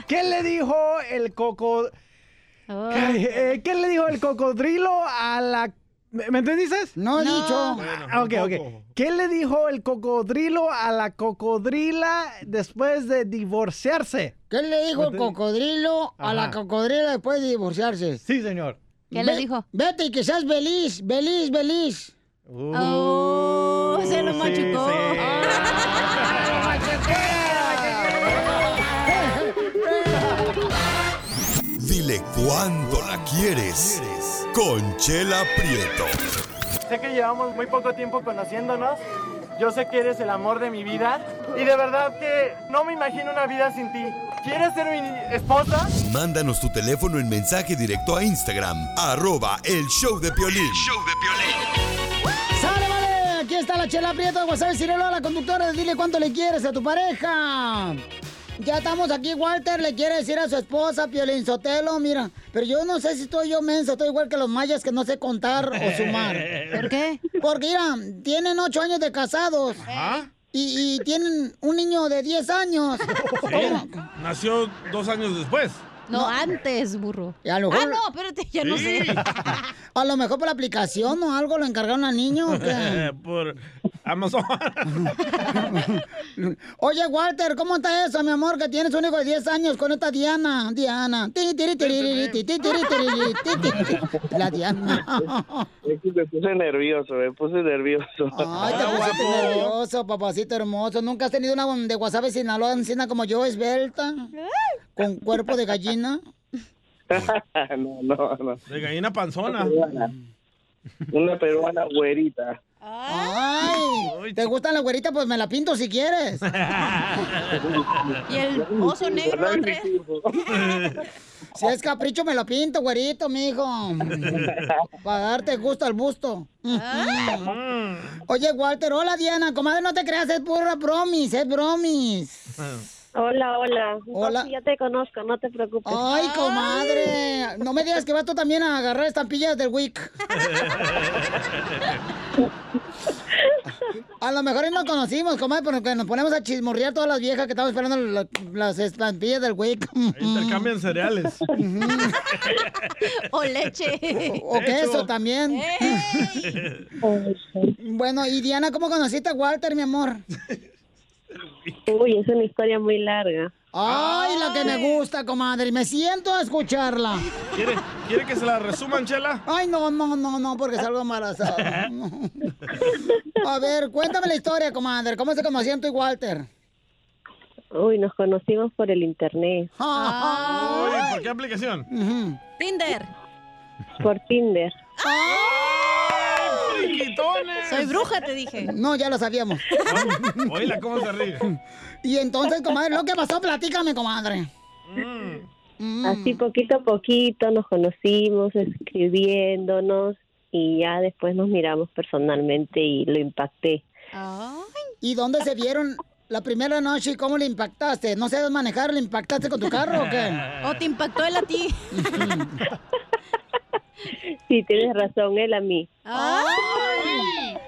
S27: ¿Qué le dijo el coco... Ay, eh, ¿Qué le dijo el cocodrilo a la... ¿Me me entendiste?
S2: No he No. dicho. Bueno,
S27: Ah, ok,
S2: un
S27: ok. ¿Qué le dijo el cocodrilo a la cocodrila después de divorciarse?
S2: ¿Qué le dijo el cocodrilo a la
S27: Ajá.
S2: cocodrila después de divorciarse?
S27: Sí, señor.
S9: ¿Qué le dijo?
S2: Vete y que seas feliz, feliz, feliz.
S9: Oh, se lo machucó.
S2: Ah,
S1: Dile cuándo la quieres. Conchela Prieto.
S27: Sé que llevamos muy poco tiempo conociéndonos. Yo sé que eres el amor de mi vida. Y de verdad que no me imagino una vida sin ti. ¿Quieres ser mi esposa?
S1: Mándanos tu teléfono en mensaje directo a Instagram. Arroba el show de Piolín.
S2: ¡Sale, vale! Aquí está la Chela Prieto de WhatsApp Cirelo, la conductora. de Dile cuánto le quieres a tu pareja. Ya estamos aquí, Walter le quiere decir a su esposa, Piolín Sotelo, mira. Pero yo no sé si estoy yo menso, estoy igual que los mayas que no sé contar o sumar.
S4: ¿Por
S2: qué? Porque, mira, tienen ocho años de casados. Y, y tienen un niño de 10 años.
S5: Sí. Nació dos años después.
S9: No, antes, burro.
S2: a lo mejor-
S9: Ah, no, espérate, [laughs] ya no sé.
S2: A lo mejor por la aplicación o algo lo encargaron al niño.
S5: [laughs]
S2: ¿o qué?
S5: Eh, Por Amazon.
S2: Oye, Walter, ¿cómo está eso, mi amor? Que tienes un hijo de 10 años con esta Diana. Diana. Tiri, tiri, tiri,
S9: Este,
S2: tiri, tiri, tiri, tiri, tiri, tiri, tiri. La
S9: [laughs]
S2: Diana.
S24: Es que me puse nervioso, me puse nervioso.
S2: Ay, te pusiste nervioso, papacito hermoso. Nunca has tenido una de WhatsApp Sinaloa encina como yo, esbelta. Con cuerpo de gallina.
S24: [laughs] no, no, no.
S5: De gallina panzona.
S24: Una peruana güerita.
S2: Ay, ¿te gustan las güeritas? Pues me la pinto si quieres.
S9: [laughs] Y el oso negro, Andrés.
S2: Si es capricho, me lo pinto, güerito, mijo.
S9: [laughs]
S2: Para darte gusto al busto. Mm, Oye, Walter, hola, Diana. Comadre, no te creas, es pura bromis, es bromis.
S12: Hola, hola.
S2: Hola.
S12: Hola. ya te conozco, no te preocupes.
S2: Ay, comadre. No me digas que vas tú también a agarrar estampillas del WIC. A lo mejor y nos conocimos, comadre, porque nos ponemos a chismorrear todas las viejas que estaban esperando la- las estampillas del WIC.
S5: Intercambian cereales.
S2: [laughs] O leche. O,
S5: De hecho.
S2: queso también. Bueno, y Diana, ¿cómo conociste a Walter, mi amor?
S12: Uy, es una historia muy larga.
S2: Ay, la que me gusta, comadre. Me siento a escucharla.
S5: [laughs] ¿Quiere, quiere que se la resuman, Chela?
S2: Ay, no, no, no, no, porque salgo
S12: [laughs]
S2: embarazada. No. A ver, cuéntame la historia, comadre. ¿Cómo se conocían tú y Walter?
S12: Uy, nos conocimos por el internet,
S20: Ah.
S5: Oye, ¿por qué aplicación?
S9: Tinder.
S12: por Tinder.
S9: Soy bruja, te dije.
S2: No, ya lo sabíamos.
S5: Ah, Oíla, ¿cómo se ríe?
S2: [laughs] Y entonces, comadre, lo que pasó, platícame, comadre. Mm.
S12: Así poquito a poquito nos conocimos, escribiéndonos y ya después nos miramos personalmente y lo impacté.
S2: ¿Y dónde se vieron la primera noche y cómo le impactaste? ¿No sabes manejar? ¿Le impactaste con tu carro o qué?
S9: ¿O te impactó él a ti?
S12: [laughs] Sí, tienes razón, él a mí.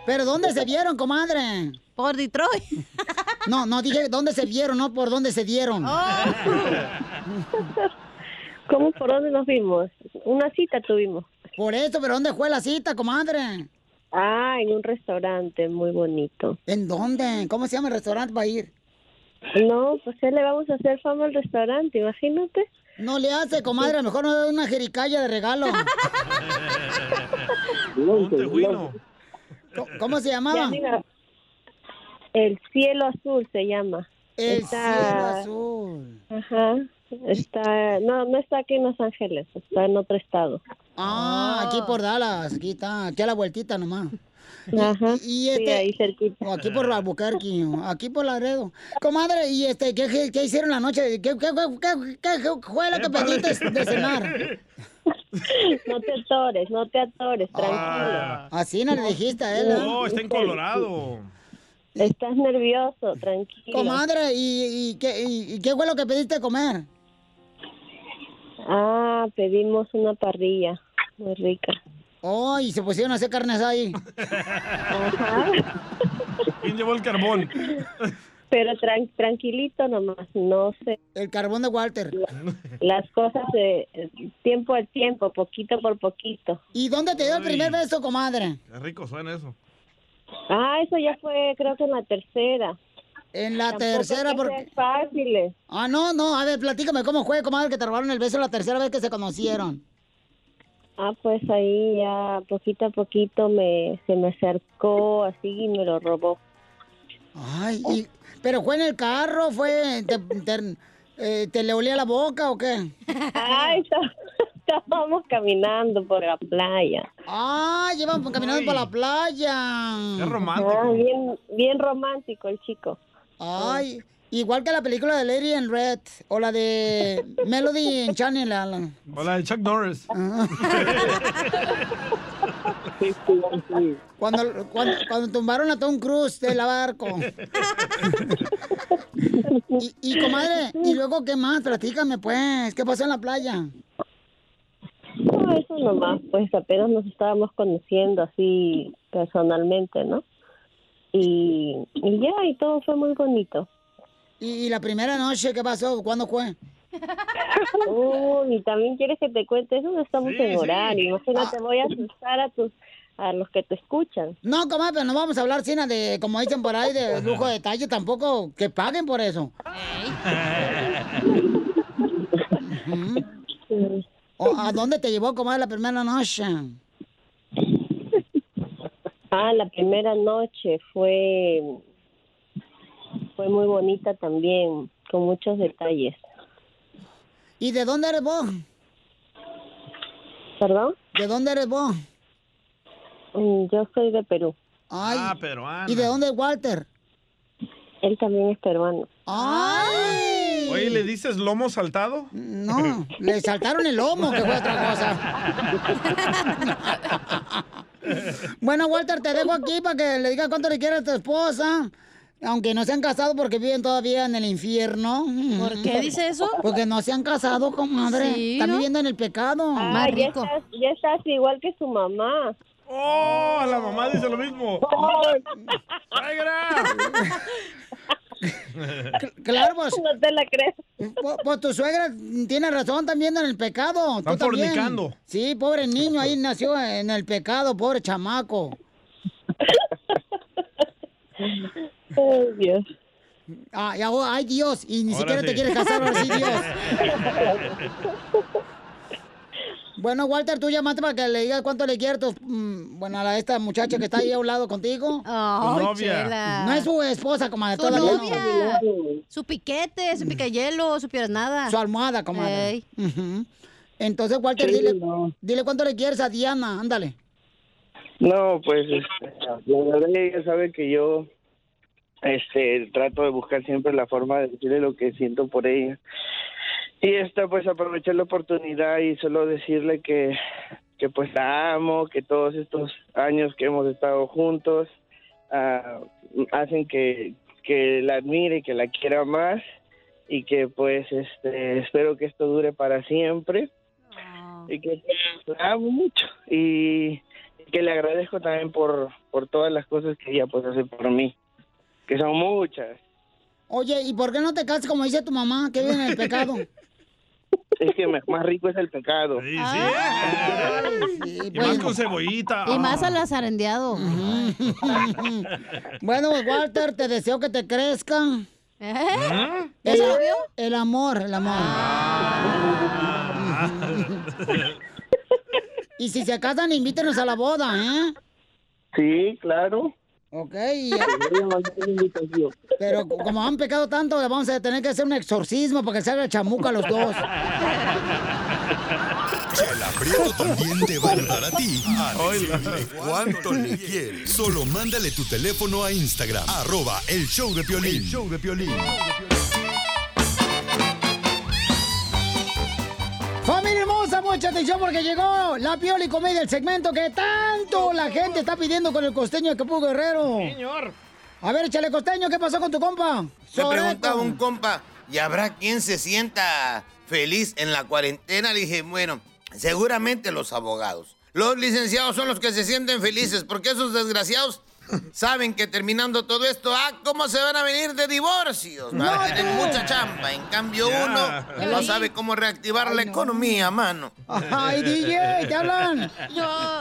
S2: ¿Pero dónde se vieron, comadre?
S9: Por Detroit.
S2: [laughs] No, no dije dónde se vieron, no por dónde se dieron.
S9: Oh.
S12: [laughs] ¿Cómo por dónde nos vimos? Una cita tuvimos.
S2: Por eso, pero ¿dónde fue la cita, comadre?
S12: Ah, en un restaurante muy bonito.
S2: ¿En dónde? ¿Cómo se llama el restaurante para ir?
S12: No, pues ya le vamos a hacer fama al restaurante, imagínate.
S2: No le hace, comadre, a lo mejor nos da una jericaya de regalo. ¿Cómo- ¿Cómo se llamaba?
S12: Ya, mira, El cielo azul se llama.
S2: El cielo
S12: azul. Ajá. Está, no, no está aquí en Los Ángeles, está en otro estado.
S2: Ah, aquí por Dallas, aquí está, aquí a la vueltita nomás. Y-
S12: Ajá,
S2: Y,
S12: sí,
S2: este,
S12: ahí
S2: o aquí por Albuquerque, o aquí por Laredo. Comadre, ¿y este qué, qué- qué hicieron la noche? ¿Qué, qué, qué- qué- qué fue lo que pediste
S4: [laughs]
S2: de cenar?
S12: No te atores, no te atores, tranquilo.
S2: Ah, Así no le dijiste a él. ¿eh?
S5: Ah. No, está en Colorado.
S12: Estás nervioso, tranquilo.
S2: Comadre, ¿y, y qué, y- y qué fue lo que pediste de comer?
S12: Ah, pedimos una parrilla muy rica.
S2: Oh, y se pusieron a hacer carnes ahí.
S5: ¿Quién llevó el carbón?
S12: Pero tran- tranquilito nomás, no sé.
S2: El carbón de Walter.
S12: Las cosas de eh, tiempo al tiempo, poquito por poquito.
S2: ¿Y dónde te dio el primer beso, comadre?
S5: Qué rico suena eso.
S12: Ah, eso ya fue, creo que en la tercera.
S2: En la
S12: Tampoco
S2: tercera,
S12: que
S2: porque...
S12: sean fáciles.
S2: Ah, no, no, a ver, platícame cómo fue, comadre, que te robaron el beso la tercera vez que se conocieron.
S12: Ah, pues ahí ya poquito a poquito me se me acercó así y me lo robó. [laughs]
S2: Ay, y- pero fue en el carro, fue... ¿Te, te- eh, te le olía la boca o qué?
S12: Ay, estábamos caminando por la playa.
S2: Ah, llevan caminando por la playa.
S12: Qué romántico. Ah, bien, bien romántico el chico.
S2: Ay, igual que la película de Lady in Red o la de Melody en Channel Alan.
S5: Hola, Chuck
S2: [laughs]
S5: Norris.
S2: Cuando, cuando, cuando tumbaron a Tom Cruise de la
S12: [laughs]
S2: barco. y, y, comadre, ¿y luego qué más? Platícame, pues. ¿Qué pasó en la playa?
S12: No, eso nomás, pues apenas nos estábamos conociendo así personalmente, ¿no? Y, y ya, y todo fue muy bonito.
S2: ¿Y, y la primera noche qué pasó? ¿Cuándo fue?
S12: Uy, y también quieres que te cuente eso, estamos en horario.
S2: Ah.
S12: Imagínate, voy a asustar a tus a los que te escuchan.
S2: No, comadre, pero no vamos a hablar, Sina, de, como dicen por ahí, de lujo de detalle tampoco, que paguen por eso. Ujú. O, ¿A dónde te llevó, comadre, la primera noche?
S12: Ah, la primera noche fue fue muy bonita también, con muchos detalles.
S2: ¿Y de dónde eres vos?
S12: ¿Perdón?
S2: ¿De dónde eres vos?
S12: Mm, Yo soy de Perú.
S2: Ay,
S5: Ah, peruana.
S2: ¿Y de dónde es Walter?
S12: Él también es peruano.
S2: ¡Ay!
S5: Oye, ¿le dices lomo saltado?
S2: No, le saltaron el lomo, que fue otra cosa. Bueno, Walter, te dejo aquí para que le digas cuánto le quieres a tu esposa. Aunque no se han casado porque viven todavía en el infierno.
S9: ¿Por qué dice eso?
S2: Porque no se han casado, comadre.
S12: Sí,
S2: Están
S12: ¿no?
S2: viviendo en el pecado.
S12: Ah, ya, estás, ya estás igual que su mamá.
S5: ¡Oh! La mamá dice lo mismo.
S2: Claro, pues.
S12: No te la crees.
S2: Pues, tu suegra tiene razón también en el pecado.
S5: Están
S2: tú también.
S5: fornicando.
S2: Sí, pobre niño, ahí nació en el pecado, pobre chamaco.
S12: Ay, Dios.
S2: Ah, ya, oh, ay, Dios, y ni
S4: Ahora
S2: siquiera te
S4: sí.
S2: quieres casar, ahora sí, Dios. Bueno, Walter, tú llamaste para que le digas cuánto le quieres a tu- mm, bueno, a la- esta muchacha que está ahí a un lado contigo.
S9: Ay, novia. Chela.
S2: No es su esposa, comadre,
S9: Su
S2: todavía
S9: novia,
S2: no.
S9: su piquete, su picayelo, su piernada.
S2: Su almohada, comadre.
S9: Ey.
S2: Ujú. Entonces, Walter,
S9: Sí,
S2: dile,
S9: no.
S2: dile cuánto le quieres a Diana, ándale.
S3: [laughs] No, pues este, la verdad ella sabe que yo este trato de buscar siempre la forma de decirle lo que siento por ella. Y esta pues aprovechar la oportunidad y solo decirle que que pues la amo, que todos estos años que hemos estado juntos ah, hacen que que la admire, que la quiera más y que pues este espero que esto dure para siempre y que pues, la amo mucho y que le agradezco también por, por todas las cosas que ella pues hace por mí, que son muchas.
S2: Oye, ¿y por qué no te casas como dice tu mamá, que vive en el
S9: [laughs]
S2: pecado?
S3: Es que me- más rico es el pecado.
S5: Y más con cebollita.
S9: [laughs] Ah.
S5: Ah.
S9: Y más al azarendeado.
S2: Ah. Mm. Bueno, Walter, te deseo que te crezca.
S9: ¿Eh?
S2: El, el amor, el amor. Y si se casan, invítenos a la boda, ¿eh?
S3: Sí, claro.
S2: Ok. y- Pero como han pecado tanto, le vamos a tener que hacer un exorcismo para que salga chamuca a los dos.
S1: Chela Prieto también te va a ayudar a ti a decirle cuánto le quieres. Solo mándale tu teléfono a Instagram, arroba el show de Piolín. show de Piolín.
S2: Familia hermosa, mucha atención porque llegó la Pioli Comedia, el segmento que tanto la gente está pidiendo con el costeño de Capuco Guerrero.
S20: Señor.
S2: A ver, chale costeño, ¿qué pasó con tu compa?
S20: Me
S2: Soreto.
S20: preguntaba un compa, ¿y habrá quien se sienta feliz en la cuarentena? Le dije, bueno, seguramente los abogados. Los licenciados son los que se sienten felices, porque esos
S4: [laughs]
S20: desgraciados saben que terminando todo esto, ah, ¿cómo se van a venir de divorcios? Van a
S4: No,
S20: tener
S4: tú.
S20: mucha chamba. En cambio,
S4: Ya.
S20: uno no sabe cómo reactivar la economía, mano.
S2: Ay, DJ,
S20: [laughs]
S2: ¿qué hablan?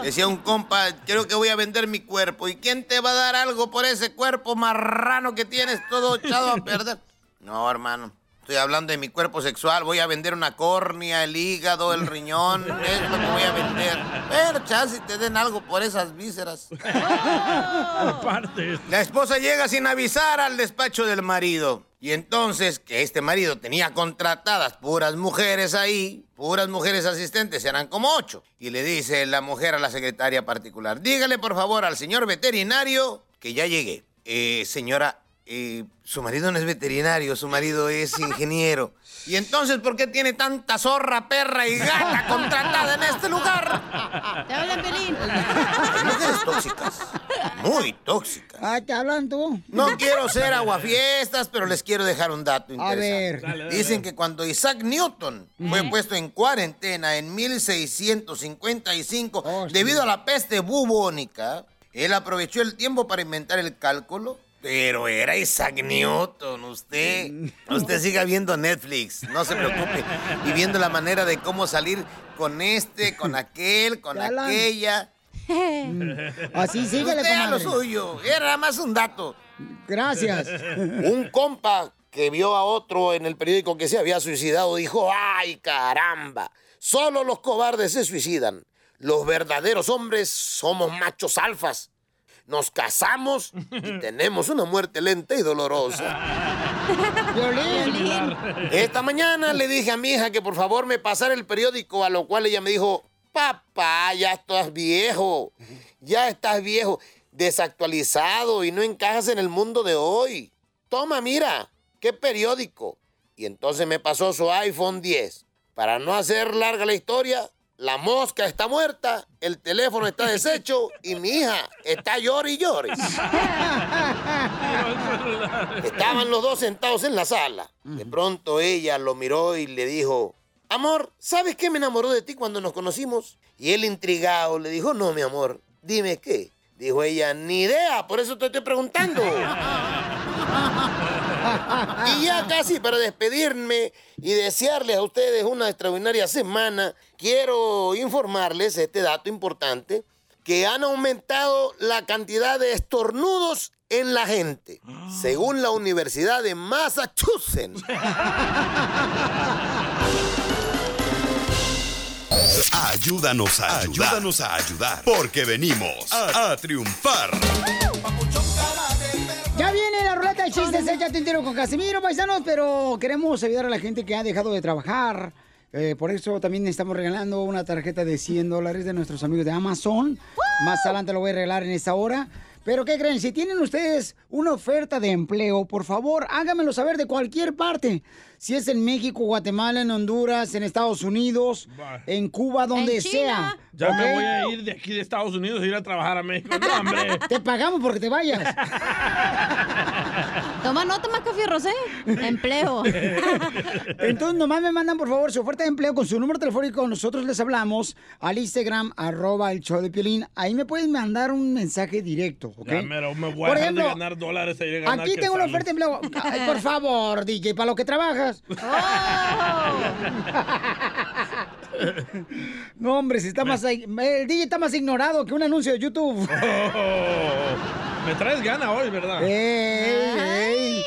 S20: Decía
S2: [laughs]
S20: un compa, creo que voy a vender mi cuerpo. ¿Y quién te va a dar algo por ese cuerpo marrano que tienes todo echado a perder? [laughs] No, hermano. Estoy hablando de mi cuerpo sexual. Voy a vender una córnea, el hígado, el riñón. Es lo que voy a vender. Pero chance te den algo por esas vísceras. La esposa llega sin avisar al despacho del marido. Y entonces, que este marido tenía contratadas puras mujeres ahí, puras mujeres asistentes, eran como ocho. Y le dice la mujer a la secretaria particular, dígale por favor al señor veterinario que ya llegué. Eh, señora, eh, su marido no es veterinario, su marido es ingeniero. [laughs] Y entonces, ¿por qué tiene tanta zorra, perra y gata contratada en este lugar?
S9: Te hablan, Pelín.
S20: Las mujeres tóxicas, muy tóxicas.
S2: Ah, ¿te hablan tú? [laughs]
S20: No quiero ser aguafiestas, pero les quiero dejar un dato
S2: A
S20: interesante.
S2: ver. Dale, dale,
S20: Dicen que cuando Isaac Newton fue puesto en cuarentena en
S2: Oh,
S20: 1655 debido a la peste bubónica, él aprovechó el tiempo para inventar el cálculo, Pero era Isaac Newton, usted. Usted siga viendo Netflix, no se preocupe. Y viendo la manera de cómo salir con este, con aquel, con
S4: Alan. [laughs]
S20: aquella.
S4: Mm. Así síguele,
S20: Usted a lo
S4: comadre.
S20: suyo. Era nada más un dato.
S2: Gracias.
S20: Un compa que vio a otro en el periódico que se había suicidado dijo, ¡ay caramba! Solo los cobardes se suicidan. Los verdaderos hombres somos machos alfas. Nos casamos y tenemos una muerte lenta y dolorosa. Esta mañana le dije a mi hija que por favor me pasara el periódico, a lo cual ella me dijo, papá, ya estás viejo, ya estás viejo, desactualizado y no encajas en el mundo de hoy. Toma, mira, qué periódico. Y entonces me pasó su iPhone 10. Para no hacer larga la historia, la mosca está muerta, el teléfono está deshecho y mi hija está llore y llore. Estaban los dos sentados en la sala. De pronto [laughs] ella lo miró y le dijo, amor, ¿sabes qué me enamoró de ti cuando nos conocimos? Y él intrigado le dijo, no, mi amor, dime qué. Dijo ella, ni idea, por eso te estoy preguntando. Y ya casi para despedirme y desearles a ustedes una extraordinaria semana, quiero informarles este dato importante, que han aumentado la cantidad de estornudos en la gente, según la Universidad de Massachusetts.
S1: Ayúdanos a ayudar. Ayúdanos a ayudar. Porque venimos a, a triunfar.
S2: Ya viene la ruleta de chistes, échate un tiro con Casimiro, paisanos, pero queremos ayudar a la gente que ha dejado de trabajar. Eh, por eso también estamos regalando una tarjeta de 100 dólares de nuestros amigos de Amazon. Más adelante lo voy a regalar en esta hora. Pero ¿qué creen? Si tienen ustedes una oferta de empleo, por favor, háganmelo saber de cualquier parte. Si es en México, Guatemala, en Honduras, en Estados Unidos, en Cuba, donde sea.
S5: Ya me
S2: ¿ok?
S5: voy a ir de aquí de Estados Unidos a ir a trabajar a México. No, hombre.
S2: Te pagamos porque te vayas.
S9: Toma nota, más café rosé.
S2: [laughs]
S9: Empleo.
S2: Entonces, nomás me mandan, por favor, su oferta de empleo con su número telefónico. Nosotros les hablamos al Instagram, arroba el show de Piolín. Ahí me pueden mandar un mensaje directo, ¿ok?
S5: Ya, mero, me voy
S2: Por
S5: a dejar
S2: ejemplo,
S5: de ganar dólares a ir a ganar
S2: Aquí tengo una
S5: quetzales.
S2: oferta de empleo. Ay, por favor, DJ, para lo que trabajas.
S5: Ah.
S2: Oh. No, hombre, si está más... ahí- El DJ está más ignorado que un anuncio de YouTube.
S5: Oh, me traes gana hoy, ¿verdad?
S2: Ey, ey.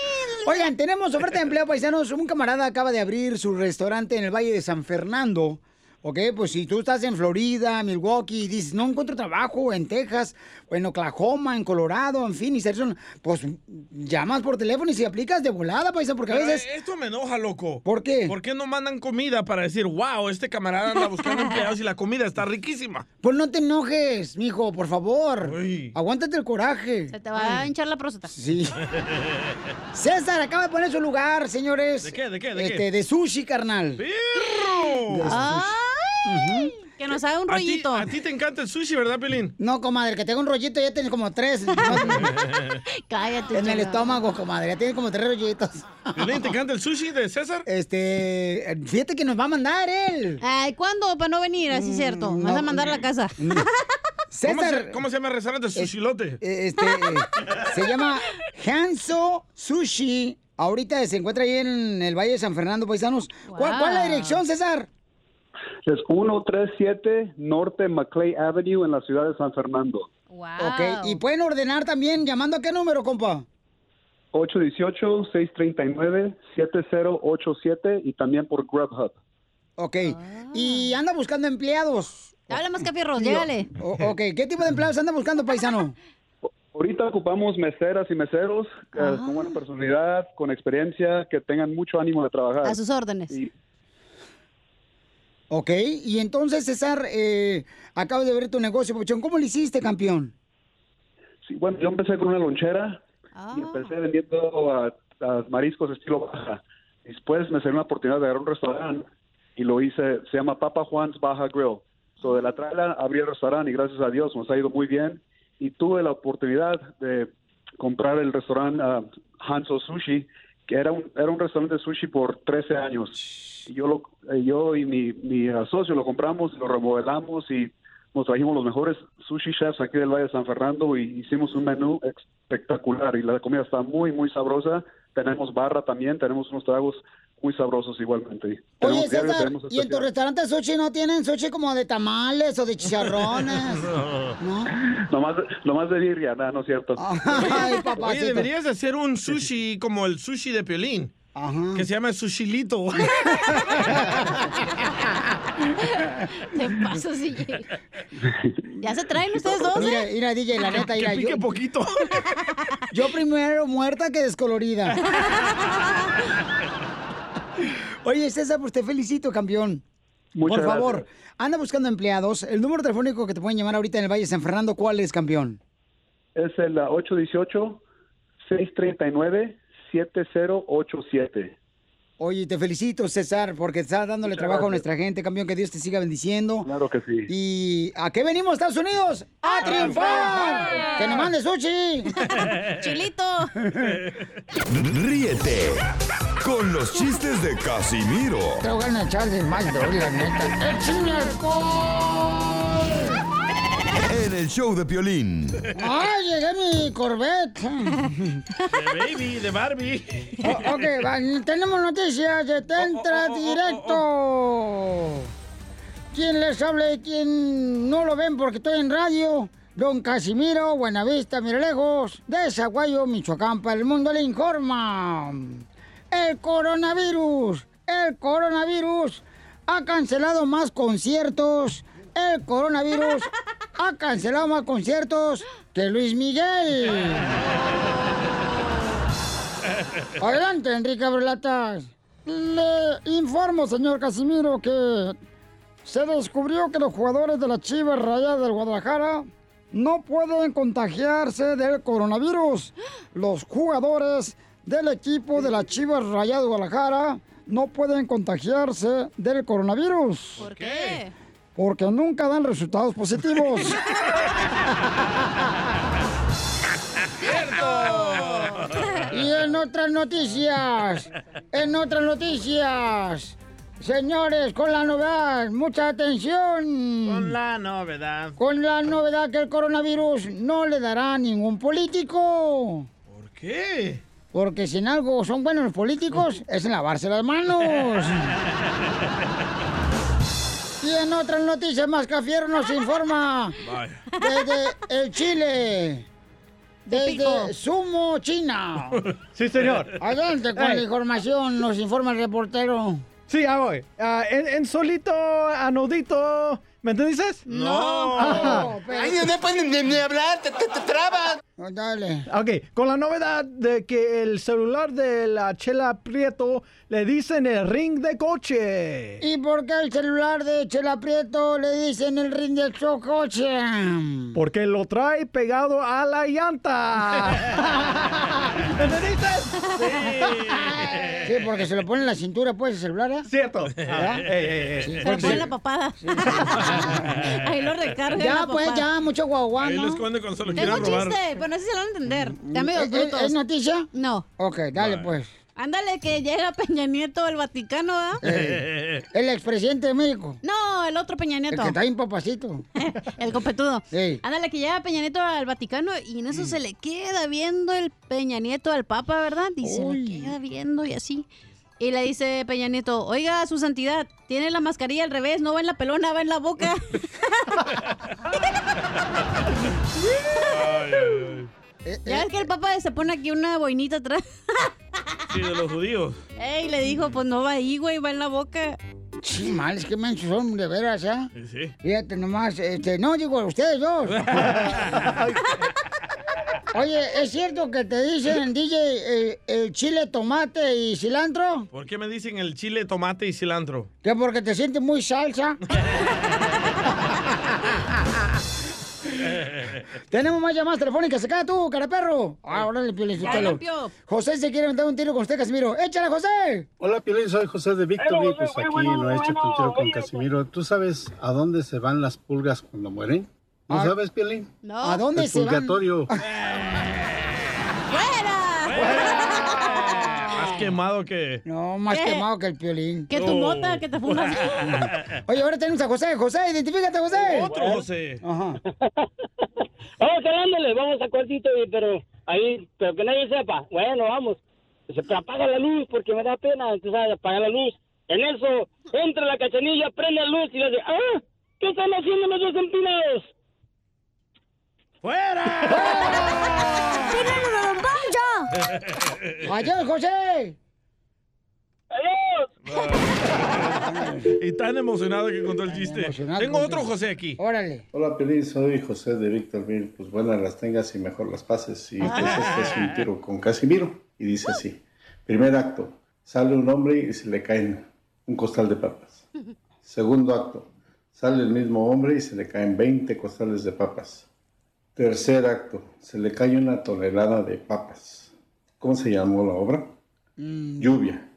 S2: Oigan, tenemos oferta de empleo, paisanos. Un camarada acaba de abrir su restaurante en el Valle de San Fernando. Ok, pues si tú estás en Florida, Milwaukee, y dices, no encuentro trabajo en Texas, o en Oklahoma, en Colorado, en Phoenix, Arizona, pues llamas por teléfono y si aplicas de volada, paisano, porque a
S5: Pero,
S2: veces...
S5: eh, Esto me enoja, loco.
S2: ¿Por qué?
S5: ¿Por qué no mandan comida para decir, wow, este camarada anda
S2: [laughs]
S5: buscando empleados y la comida está riquísima?
S2: Pues no te enojes, mijo, por favor. Aguántate el coraje.
S9: Se te va a hinchar la próstata.
S2: Sí. César acaba de poner su lugar, señores.
S9: ¿De qué, de qué, de qué?
S2: este, De sushi, carnal. De sushi.
S9: Que nos haga un rollito.
S5: A ti, te encanta el sushi, ¿verdad, Pelín?
S2: No, comadre, que tengo un rollito, ya tienes como
S5: [laughs]
S2: tres. ¿no?
S9: Cállate.
S2: en el
S9: chela.
S2: estómago, comadre, ya tienes como tres rollitos.
S5: ¿Te encanta el sushi de César?
S2: Este, fíjate que nos va a mandar él.
S9: [laughs] Ay, ¿cuándo? Para no venir, así es cierto.
S2: Mm,
S9: Me vas a mandar a la casa.
S5: ¿Cómo se, cómo se llama el restaurante? Sushilote.
S2: Este, eh,
S5: [laughs]
S2: se llama Hanso Sushi. Ahorita se encuentra ahí en el Valle de San Fernando, paisanos. ¿Cuál, cuál es la dirección, César?
S8: [laughs] Es 137 Norte McClay Avenue en la ciudad de San Fernando.
S2: Ok, y pueden ordenar también llamando a qué número, compa.
S8: 818-639-7087 y también por Grubhub.
S2: Ok, y anda buscando empleados.
S9: Ah. Habla más capirros,
S2: Tío.
S9: llégale.
S2: O- ok, ¿qué tipo de empleados anda buscando, paisano?
S8: Ahorita ocupamos meseras y meseros eh, con buena personalidad, con experiencia, que tengan mucho ánimo de trabajar.
S9: A sus órdenes.
S2: Ok, y entonces, César, eh, acabo de ver tu negocio, Pochón. ¿Cómo lo hiciste, campeón?
S8: Sí, bueno, yo empecé con una lonchera y empecé vendiendo a, a mariscos estilo baja. Después me salió una oportunidad de agarrar un restaurante y lo hice, se llama Papa Juan's Baja Grill. So, de la trala abrí el restaurante y gracias a Dios nos ha ido muy bien. Y tuve la oportunidad de comprar el restaurante ah, Hanso Sushi, que era un, era un restaurante de sushi por 13 años. Y yo, lo, eh, yo y mi, mi ah, socio lo compramos, lo remodelamos y nos trajimos los mejores sushi chefs aquí del Valle de San Fernando y hicimos un menú espectacular y la comida está muy, muy sabrosa. Tenemos barra también, tenemos unos tragos muy sabrosos igualmente. Tenemos
S2: Oye,
S8: diario,
S2: César,
S8: tenemos
S2: ¿y en tu
S8: especial.
S2: restaurante sushi no tienen sushi como de tamales o de chicharrones?
S8: Nomás, nomás de birria, nada, no es
S9: [laughs]
S8: cierto.
S5: Oye, deberías de hacer un sushi como el sushi de Piolín. Que se llama
S2: [laughs]
S5: sushilito.
S9: [laughs] Te paso
S2: [laughs]
S9: si Ya se traen ustedes dos,
S2: Mira,
S9: ¿eh?
S2: mira, DJ, la neta, mira, yo-
S5: poquito.
S2: [laughs] Yo primero muerta que descolorida. Oye, César, pues te felicito, campeón.
S4: Muchas
S2: Por favor,
S4: gracias.
S2: anda buscando empleados. El número telefónico que te pueden llamar ahorita en el Valle de San Fernando, ¿cuál es, campeón?
S8: Es el ah, 818-639-7087.
S2: Oye, te felicito, César, porque estás dándole trabajo a nuestra gente, campeón. Que Dios te siga bendiciendo.
S8: Claro que sí.
S2: ¿Y a qué venimos, Estados Unidos? ¡A,
S4: triunfar!
S2: triunfar! ¡Que nos mande sushi! [laughs]
S9: ¡Chilito!
S7: Ríete con los chistes de Casimiro
S2: Tengo ganas de echarle más, la neta. ¡Échame alcohol!
S1: En el show de Piolín.
S2: ¡Ay, llegué mi Corvette!
S5: De baby, de Barbie.
S2: O- Oh, ok, va, tenemos noticias de Tentra Directo. ¿Quién les habla y quién no lo ven porque estoy en radio? Don Casimiro, Buenavista, Miralejos, de Zaguayo, Michoacán, para el mundo le informa. El coronavirus, el coronavirus ha cancelado más conciertos. El coronavirus ha cancelado más conciertos que Luis Miguel. Adelante, Enrique Abrelatas. Le informo, señor Casimiro, que se descubrió que los jugadores de la Chivas Rayadas del Guadalajara no pueden contagiarse del coronavirus. Los jugadores del equipo de la Chivas Rayadas del Guadalajara no pueden contagiarse del coronavirus. ¿Por
S9: qué?
S2: Porque nunca dan resultados positivos. Y en otras noticias, en otras noticias, señores, con la novedad, mucha atención.
S5: Con la novedad.
S2: Con la novedad que el coronavirus no le dará a ningún político. ¿Por
S5: qué?
S2: Porque si en algo son buenos los
S23: [laughs]
S2: políticos, es en lavarse las manos. Y en otras noticias, Mascafierro nos informa
S4: Vaya.
S2: desde el Chile, desde Sumo, China.
S23: [laughs] Sí, señor.
S2: Adelante con la
S23: Ey.
S2: información, nos informa el reportero.
S23: Sí, ya voy. Ah, en, en solito, anodito. ¿Me entendiste?
S27: [laughs]
S2: No.
S23: Ajá.
S2: Ay, no
S23: pueden ni, hablar, te, trabas.
S2: Oh, Dale.
S23: Ok, con la novedad de que el celular de la Chela Prieto le dicen el ring de coche.
S2: ¿Y por qué el celular de Chela Prieto le dicen el ring del coche?
S23: Porque lo trae pegado a
S2: [laughs]
S23: la llanta. ¿Entendiste?
S2: Sí, porque se lo pone en la cintura, pues, el celular, ¿eh?
S23: Cierto. Ah,
S2: ¿Verdad?
S23: Ey, ey, ey.
S2: Sí.
S23: Se
S9: lo pone en la papada. [laughs] Ahí lo recarga en
S2: Ya,
S9: la
S2: pues,
S9: papada.
S2: ya, mucho guagua,
S5: Ahí
S2: ¿no?
S5: lo esconde cuando se lo
S9: Tengo
S5: quieren
S9: un
S5: robar.
S9: chiste, pero no sé si lo van a entender. Ya medio
S2: Mm, ¿Es- es-
S9: brutos.
S2: es noticia?
S9: No.
S2: Ok, dale, pues.
S9: Ándale, que llega Peña Nieto al Vaticano, ¿ah?
S2: Eh, el expresidente de México.
S9: No, el otro Peña
S2: El
S9: Nieto.
S2: que está bien papacito.
S9: [laughs] El copetudo.
S2: Sí.
S9: Ándale, que llega Peña Nieto al Vaticano y en eso
S2: Mm.
S9: se le queda viendo el Peña Nieto al Papa, ¿verdad? Y se le queda viendo y así. Y le dice Peña Nieto, oiga, su santidad, tiene la mascarilla al revés, no va en la pelona, va en
S2: [laughs]
S9: la boca. [laughs] ya es que el Papa se pone aquí una boinita atrás. [laughs]
S5: Sí, de los judíos.
S9: Ey, le dijo, pues no va ahí, güey, va en la boca.
S2: Sí, mal, es que mensos son, de veras, ¿ah?
S5: Sí, sí.
S2: Fíjate nomás, este, no, digo, ustedes
S5: [laughs]
S2: dos. Oye, ¿es cierto que te
S5: [laughs]
S2: dicen, DJ, eh, el chile, tomate y cilantro?
S5: ¿Por qué me dicen el chile, tomate y
S2: [laughs]
S5: cilantro?
S2: ¿Que porque te sientes
S5: [laughs]
S2: muy salsa? Tenemos más llamadas telefónicas acá, tú, cara de perro. Ah, Ahora le pio,
S4: Ya,
S2: Sotelo.
S4: don Pio.
S2: José se quiere meter un tiro con usted, Casimiro. ¡Échale, José!
S21: Hola, Piolín, soy José de Victory, pues aquí no he hecho un tiro con Casimiro. ¿Tú sabes a dónde se van las pulgas cuando mueren? ¿No
S2: Ah.
S21: sabes, Piolín?
S2: No. ¿A dónde
S21: Al
S2: [laughs] se van?
S21: purgatorio.
S9: ¡Fuera!
S5: quemado que.
S2: No, más
S5: ¿Qué?
S2: quemado que el piolín.
S5: Que tu Oh. mota, que te fumas.
S2: [laughs] Oye, ahora tenemos a José. José, identifícate, José.
S5: Otro José.
S2: Ajá.
S13: Vamos hablándole, vamos a cuartito, oye, pero ahí, pero que nadie sepa. Bueno, vamos. Dice, pero apaga la luz porque me da pena. Entonces, ah, apaga la luz. En eso, entra la cachanilla, prende la luz y le dice, ¡ah! ¿Qué están haciendo los dos empinados?
S4: ¡Fuera!
S2: ¡Tíralo, don [laughs] ¡Adiós, José!
S5: Y tan emocionado que contó el chiste. Tengo otro José aquí.
S2: Órale.
S21: Hola, Pelín, soy José de Víctor Mil. Pues buenas las tengas y mejor las pases. Y pues
S2: Ah.
S21: este es un tiro con Casimiro. Y dice así. Primer acto. Sale un hombre y se le caen un costal de papas. Segundo acto. Sale el mismo hombre y se le caen 20 costales de papas. Tercer acto. Se le cae una tonelada de papas. ¿Cómo se llamó la obra? Lluvia.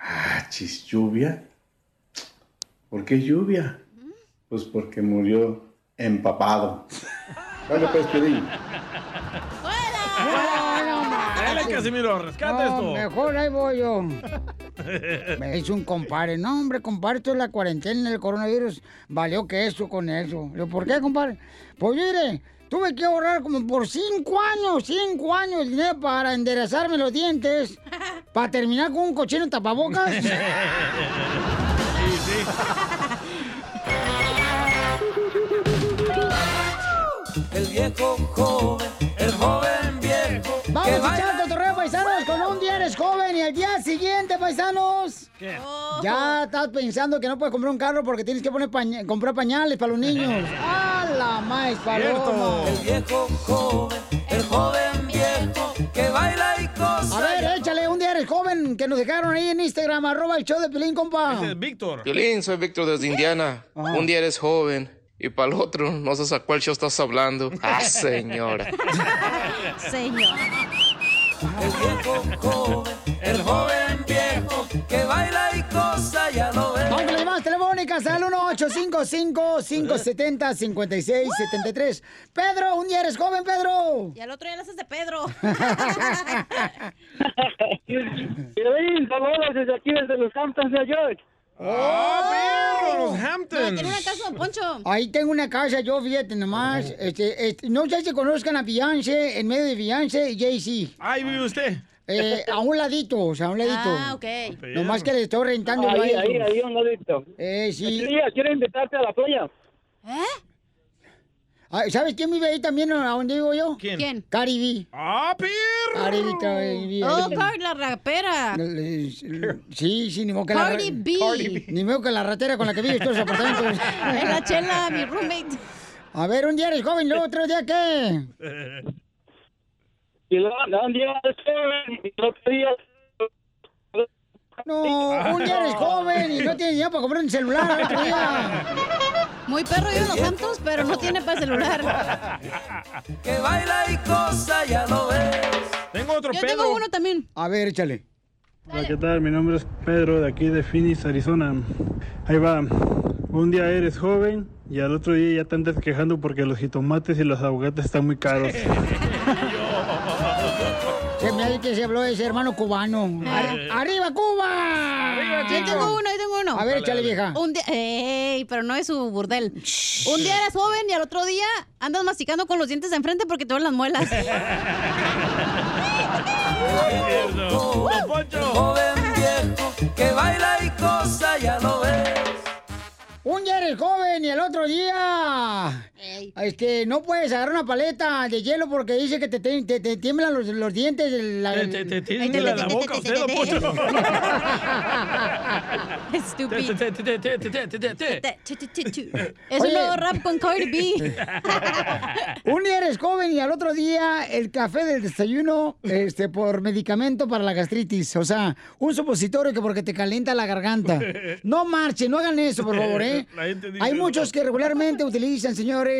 S21: Ah, chis, lluvia. ¿Por qué lluvia? Pues porque murió empapado. Dale, pues, Piolín.
S5: Dale, Casimiro, rescata
S2: No,
S5: esto.
S2: Mejor ahí voy yo.
S5: [laughs]
S2: Me hizo un compadre. No, hombre, compadre, esto es la cuarentena, el coronavirus. Valió que eso con eso. Le digo, ¿por qué, compadre? Pues mire, tuve que ahorrar como por cinco años, cinco años dinero para enderezarme los
S4: [laughs]
S2: dientes, para terminar con un cochino tapabocas.
S4: Sí, sí.
S2: El viejo joven, el joven viejo. Vamos
S4: que
S2: a echar cotorreo, paisanos, con un día eres joven y al día siguiente, paisanos.
S4: ¿Qué? Oh.
S2: Ya estás pensando que no puedes comprar un carro porque tienes que poner paña- comprar pañales para
S4: [laughs]
S2: los niños.
S4: Ah.
S2: ¡A la más, paloma!
S4: El viejo joven, el joven viejo que baila y
S2: A ver, eh. échale un día eres joven que nos dejaron ahí en Instagram, arroba el show de Pelín, compa.
S5: Víctor.
S25: Violín, soy Víctor desde Indiana.
S2: Ajá.
S25: Un día eres joven y para el otro no sé a cuál show estás hablando. Ah, señora.
S9: Señor.
S4: El viejo joven, el joven viejo que baila y cosa ya no ve.
S2: Vamos con las llamadas telefónicas al
S4: Eh.
S2: 1-855-570-5673. Pedro, un día eres joven, Pedro.
S9: Y al otro ya le haces de
S2: [laughs]
S9: Pedro. [laughs]
S13: Piolín, saludos desde aquí, desde los Hamptons, New York.
S2: ¡Oh,
S4: ¡Ah,
S2: los
S9: No, tiene una casa, don Poncho.
S2: Ahí tengo una casa, yo fíjate nomás. Este, este, no sé si conozcan a Beyoncé, en medio de Beyoncé y Jay-Z.
S5: Ahí vive usted.
S2: Eh, a un ladito, o sea, a un ladito.
S9: Ah, ok.
S2: Nomás que le estoy rentando
S13: Ahí,
S2: yo a ellos.
S13: ahí, ahí, un ladito.
S2: Eh, sí.
S29: Este
S13: Quiero, quiero invitarte a la playa.
S2: Ah, ¿Sabes quién vive ahí también, a donde vivo yo?
S13: ¿Quién?
S9: ¿Quién?
S2: Cari B.
S5: ¡Ah, pirro!
S2: Cari B también vive
S9: Oh,
S2: ahí.
S9: Cardi, la rapera.
S2: Le- le- Sí, sí, ni modo que
S9: Cardi
S2: la... ra-
S9: B. Cardi B.
S2: Ni modo que la ratera con la que vives tú en los apartamentos.
S9: [laughs] Es la chela, mi roommate.
S2: A ver, un día eres joven, luego otro día qué.
S13: Y luego, no, un día eres joven y el otro día...
S2: No, un día
S5: [laughs]
S2: eres joven y no tienes dinero para comprar un celular [laughs] al otro día.
S9: Muy perro yo en los Hamptons, pero no tiene para celular.
S2: [laughs]
S4: Que baila y cosa ya no ve.
S5: Tengo otro
S9: Yo tengo uno también.
S2: A ver, échale.
S21: Hola, ¿qué tal? Mi nombre es Pedro de aquí de Phoenix, Arizona. Ahí va. Un día eres joven y al otro día ya te andas quejando porque los jitomates y los aguacates están muy caros.
S2: Se me hace que se habló de ese hermano cubano. Ar- ¡Arriba, Cuba!
S9: Yo tengo uno, yo tengo uno.
S2: A ver, échale, vieja.
S9: Un día, ey, pero no es su burdel. Un día eres joven y al otro día andas masticando con los dientes de enfrente porque te duelen
S2: [laughs]
S9: las muelas.
S4: Don Poncho. El joven viejo que baila y cosa ya no ve.
S2: Un día eres joven y el otro día. Este, no puedes agarrar una paleta de hielo porque dice que te, te, te- te tiemblan los, los dientes. el- la-
S5: Te, te, te tiembla la boca usted, don Poncho.
S9: Estúpido.
S5: Te, te, te, te, te, te, te, te, te.
S9: Es
S2: Oye.
S9: un nuevo rap con Cardi
S2: [laughs]
S9: B.
S2: Un día eres joven y al otro día el café del desayuno este, por medicamento para la gastritis. O sea, un supositorio que porque te calienta la garganta. No marchen, no hagan eso, por favor, ¿eh?
S4: La gente dice
S2: Hay
S4: eso.
S2: muchos que regularmente utilizan, señores,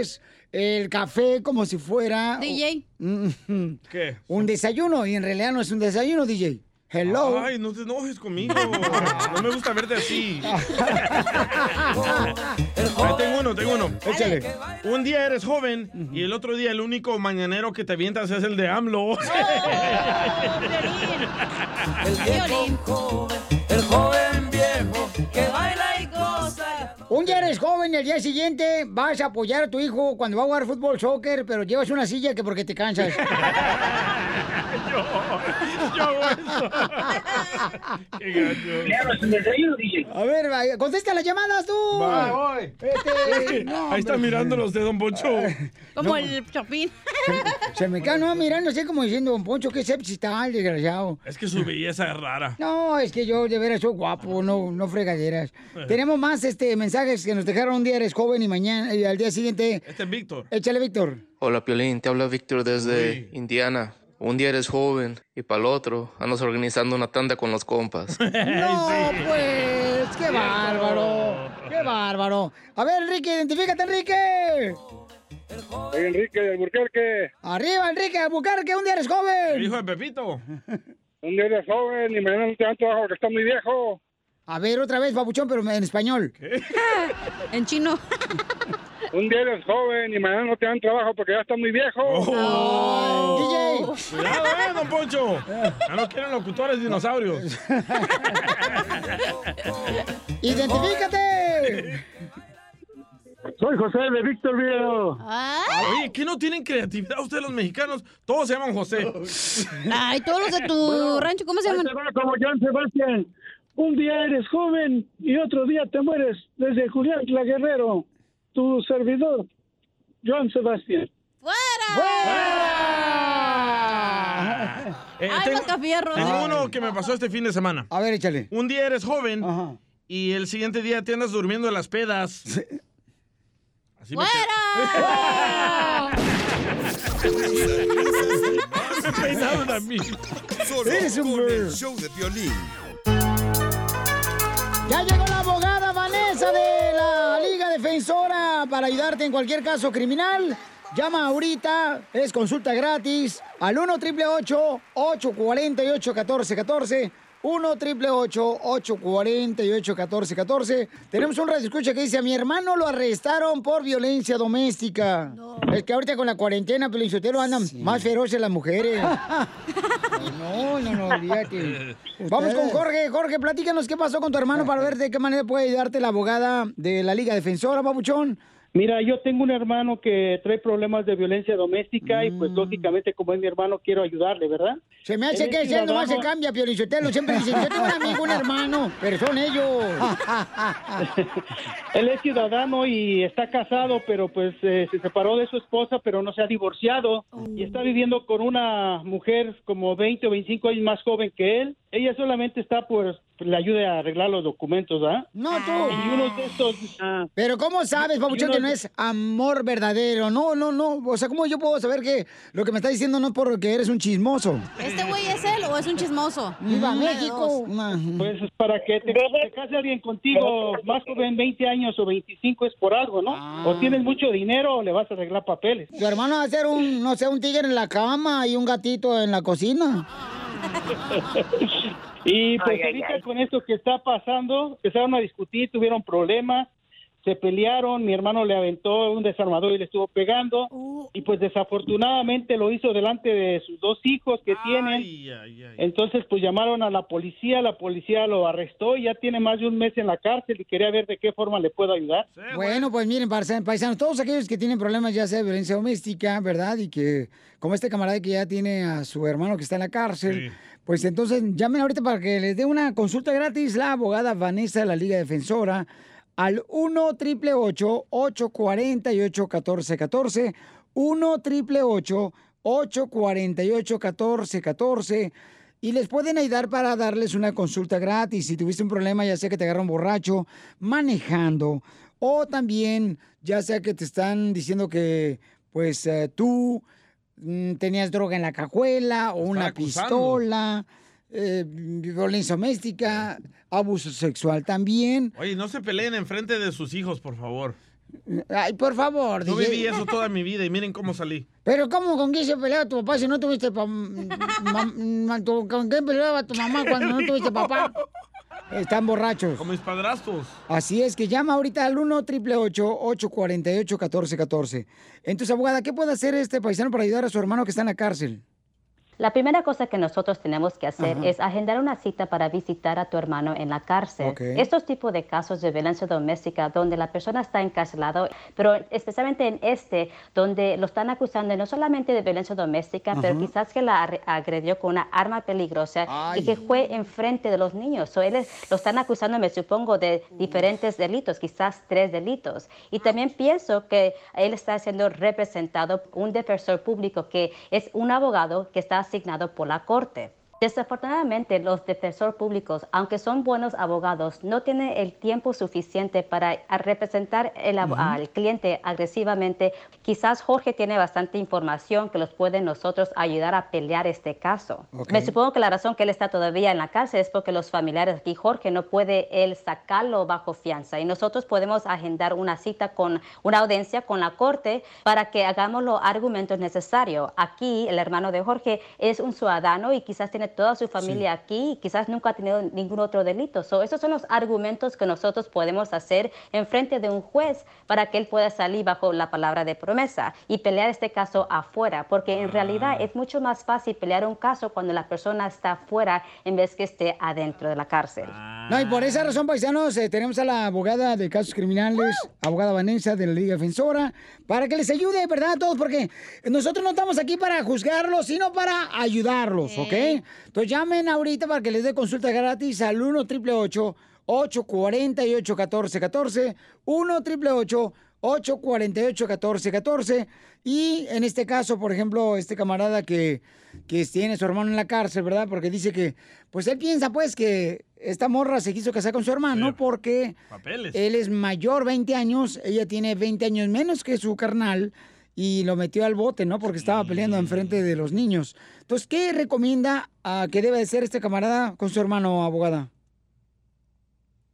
S2: el café como si fuera...
S9: DJ.
S2: Mm,
S5: ¿Qué?
S2: Un desayuno y en realidad no es un desayuno, DJ. Hello.
S5: Ay, no te enojes conmigo. No me gusta verte [laughs] así. Ahí tengo uno, tengo uno.
S2: Échale.
S5: Un día eres joven y el otro día el único mañanero que te avientas es el de [laughs] AMLO.
S4: El joven viejo que baila
S2: [laughs]
S4: y goza.
S2: Un día eres joven y al día siguiente vas a apoyar a tu hijo cuando va a jugar fútbol, soccer, pero llevas una silla que porque te cansas.
S4: [laughs] Yo hago eso.
S2: [laughs]
S4: Qué
S2: A ver, va, contesta las llamadas tú.
S5: Va, voy. [laughs]
S2: Este, no,
S5: Ahí está
S2: hombre.
S5: mirando los de Don Poncho.
S2: [laughs]
S9: Como
S2: No.
S9: el [laughs] chapín.
S2: Se me cae, no, mirando así como diciendo, Don Poncho, qué sepsis está el desgraciado.
S5: Es que su belleza es rara.
S2: No, es que yo de veras soy guapo, no, no fregaderas.
S5: Ajá.
S2: Tenemos más este mensajes que nos dejaron un día eres joven y mañana y al día siguiente.
S5: Este es Víctor.
S2: Échale, Víctor.
S25: Hola Piolín, te habla Víctor desde Indiana. Un día eres joven y para el otro andas organizando una tanda con los compas.
S2: No, pues, qué bárbaro. Qué bárbaro. A ver, Enrique, identifícate, Enrique.
S29: Soy Enrique de Alburquerque.
S2: Arriba, Enrique, a que un día eres joven.
S5: Hijo de Pepito.
S29: Un día eres joven y mañana no te dan trabajo porque estás muy viejo.
S2: A ver, otra vez, babuchón, pero en español.
S9: [laughs] En chino.
S29: Un día eres joven y mañana no te dan trabajo porque ya estás muy viejo.
S5: DJ. Cuidado, eh, Don Poncho. Ya no quieren locutores dinosaurios.
S2: ¡Identifícate!
S29: Soy José de Víctor Video.
S5: Ah. Oye, ¿qué no tienen creatividad ustedes los mexicanos? Todos se llaman José.
S9: Ay, todos los de tu rancho, ¿cómo se llaman?
S29: Como John Sebastián. Un día eres joven y otro día te mueres. Desde Julián La Guerrero, tu servidor, John Sebastián.
S5: Eh,
S29: Ay, Mascafierros.
S5: tengo
S29: Ay.
S5: uno que me pasó este fin de semana.
S2: A ver, échale.
S5: Un día eres joven y el siguiente día te andas durmiendo en las pedas. Así me peinaron a mí.
S1: Solo
S5: Eres un
S1: con el
S5: bird.
S1: show de violín.
S2: Ya llegó la abogada Vanessa de la Liga Defensora para ayudarte en cualquier caso criminal. Llama ahorita, es consulta gratis al 1 848 1414 1 848 1414 Tenemos un radio escucha que dice, a mi hermano lo arrestaron por violencia doméstica. Es que ahorita con la cuarentena, Pelizotero, andan más feroces las mujeres. no, no, no,
S29: [laughs]
S2: olvídate. Vamos con Jorge. Jorge, platícanos qué pasó con tu hermano para ver de qué manera puede ayudarte la abogada de la Liga Defensora, Papuchón.
S29: Mira, yo tengo un hermano que trae problemas de violencia doméstica y pues lógicamente como es mi hermano quiero ayudarle, ¿verdad?
S2: Mm. Se me hace que él nomás se cambia, Piolichotelo. Siempre dice, yo tengo un amigo, un hermano, pero son
S29: [laughs]
S2: ellos.
S29: Él es ciudadano y está casado, pero pues eh, se separó de su esposa, pero no se ha divorciado y está viviendo con una mujer como 20 o 25 años más joven que él. Ella solamente está por pues, le ayuda a arreglar los documentos, ¿ah?
S2: No tú.
S29: Y unos de estos ah,
S2: Pero ¿cómo sabes, Papuchón,
S29: Y uno-
S2: que no es amor verdadero? No, no, no. O sea, ¿cómo yo puedo saber que lo que me está diciendo no es porque eres un chismoso?
S9: ¿Este güey es él o es un chismoso?
S2: ¡Viva
S9: Una de dos.
S2: México!
S29: Pues es para que te, te case alguien contigo más joven, 20 años o 25 es por algo, ¿no? O tienes mucho dinero o le vas a arreglar papeles.
S2: Tu hermano va a ser un, no sé, un tigre en la cama y un gatito en la cocina.
S29: [laughs] Y pues
S2: Ay, ay,
S29: ahorita
S2: ay.
S29: con esto que está pasando, empezaron a discutir, tuvieron problemas, se pelearon, mi hermano le aventó un desarmador y le estuvo pegando y pues desafortunadamente lo hizo delante de sus dos hijos que tienen. Entonces pues llamaron a la policía, la policía lo arrestó y ya tiene más de un mes en la cárcel y quería ver de qué forma le puedo ayudar.
S2: Bueno, pues miren, parce- paisanos, todos aquellos que tienen problemas ya sea de violencia doméstica, ¿verdad? Y que, como este camarada que ya tiene a su hermano que está en la cárcel, pues entonces llamen ahorita para que les dé una consulta gratis la abogada Vanessa de la Liga Defensora al 1 888 848 1414 1 888 848 1414 y les pueden ayudar para darles una consulta gratis. Si tuviste un problema, ya sea que te agarraron borracho, manejando, o también ya sea que te están diciendo que, pues, eh, tú mm, tenías droga en la cajuela o una
S5: acusando.
S2: pistola, eh, violencia doméstica, abuso sexual también.
S5: Oye, no se peleen enfrente de sus hijos, por favor.
S2: Ay, por favor.
S5: Yo
S2: DJ.
S5: viví eso toda mi vida y miren cómo salí.
S2: Pero ¿cómo con quién se peleaba tu papá si no tuviste pa- [laughs] ma- ma- tu- ¿Con quién peleaba tu mamá cuando no tuviste papá? Están borrachos.
S5: Como mis padrastros.
S2: Así es que llama ahorita al 1 888 848 1414 Entonces, abogada, ¿qué puede hacer este paisano para ayudar a su hermano que está en la cárcel?
S30: La primera cosa que nosotros tenemos que hacer
S2: Ajá.
S30: es agendar una cita para visitar a tu hermano en la cárcel.
S29: Ok.
S30: Estos tipos de casos de violencia doméstica donde la persona está encarcelada, pero especialmente en este, donde lo están acusando no solamente de violencia doméstica, pero
S29: Ajá.
S30: quizás que la ar- agredió con una arma peligrosa y que fue enfrente de los niños. So, él es- lo están acusando, me supongo, de diferentes delitos, quizás tres delitos. Y también pienso que él está siendo representado por un defensor público que es un abogado que está asignado por la corte. Desafortunadamente, los defensores públicos, aunque son buenos abogados, no tienen el tiempo suficiente para a- representar el ab-
S29: Ujú.
S30: al cliente agresivamente. Quizás Jorge tiene bastante información que los puede nosotros ayudar a pelear este caso.
S29: Ok.
S30: Me supongo que la razón que él está todavía en la cárcel es porque los familiares aquí, Jorge, no puede él sacarlo bajo fianza y nosotros podemos agendar una cita con una audiencia con la corte para que hagamos los argumentos necesarios. Aquí el hermano de Jorge es un ciudadano y quizás tiene toda su familia aquí y quizás nunca ha tenido ningún otro delito. So, esos son los argumentos que nosotros podemos hacer en frente de un juez para que él pueda salir bajo la palabra de promesa y pelear este caso afuera, porque en realidad es mucho más fácil pelear un caso cuando la persona está afuera en vez que esté adentro de la cárcel.
S2: No, y por esa razón, paisanos, eh, tenemos a la abogada de casos criminales, abogada Vanessa de la Liga Defensora, para que les ayude, ¿verdad? A todos, porque nosotros no estamos aquí para juzgarlos, sino para ayudarlos, ¿ok? Entonces llamen ahorita para que les dé consulta gratis al 1 888 848 1414 1 888 848 1414 Y en este caso, por ejemplo, este camarada que, que tiene su hermano en la cárcel, ¿verdad? Porque dice que, pues él piensa pues que esta morra se quiso casar con su hermano porque
S5: Papeles.
S2: él es mayor, 20 años, ella tiene 20 años menos que su carnal y lo metió al bote, ¿no? Porque estaba peleando enfrente de los niños. Entonces, ¿qué recomienda ah, que debe hacer este camarada con su hermano, abogada?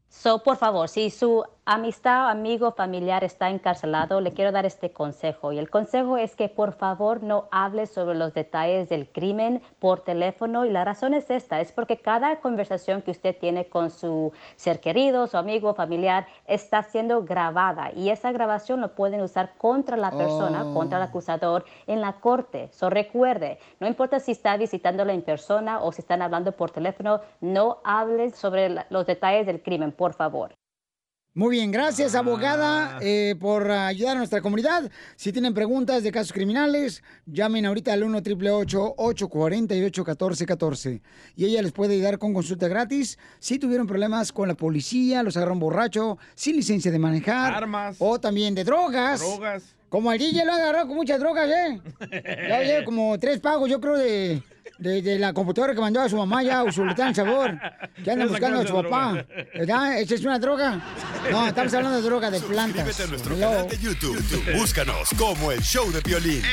S30: So, por favor, si su amistad, amigo, familiar está encarcelado, le quiero dar este consejo. Y el consejo es que por favor no hable sobre los detalles del crimen por teléfono. Y la razón es esta, es porque cada conversación que usted tiene con su ser querido, su amigo, familiar, está siendo grabada. Y esa grabación lo pueden usar contra la persona,
S29: Oh.
S30: contra el acusador en la corte. So, recuerde, no importa si está visitándola en persona o si están hablando por teléfono, no hable sobre la- los detalles del crimen, por favor.
S2: Muy bien, gracias
S5: Ah.
S2: abogada eh, por ayudar a nuestra comunidad. Si tienen preguntas de casos criminales, llamen ahorita al 1 848 1414 Y ella les puede ayudar con consulta gratis. Si tuvieron problemas con la policía, los agarraron borracho, sin licencia de manejar.
S5: Armas.
S2: O también de drogas.
S5: Drogas.
S2: Como al DJ lo agarró con muchas drogas, ¿eh? Ya lleva como tres pagos, yo creo, de, de- de la computadora que mandó a su mamá ya, o su sabor. Que andan
S1: Esa
S2: buscando a
S1: clase
S2: su
S1: de
S2: papá.
S1: droga.
S2: ¿Verdad? ¿Esa es una droga? No, estamos hablando de droga de plantas.
S1: Suscríbete a nuestro
S2: Hello.
S1: canal de YouTube. Búscanos como el show de violín.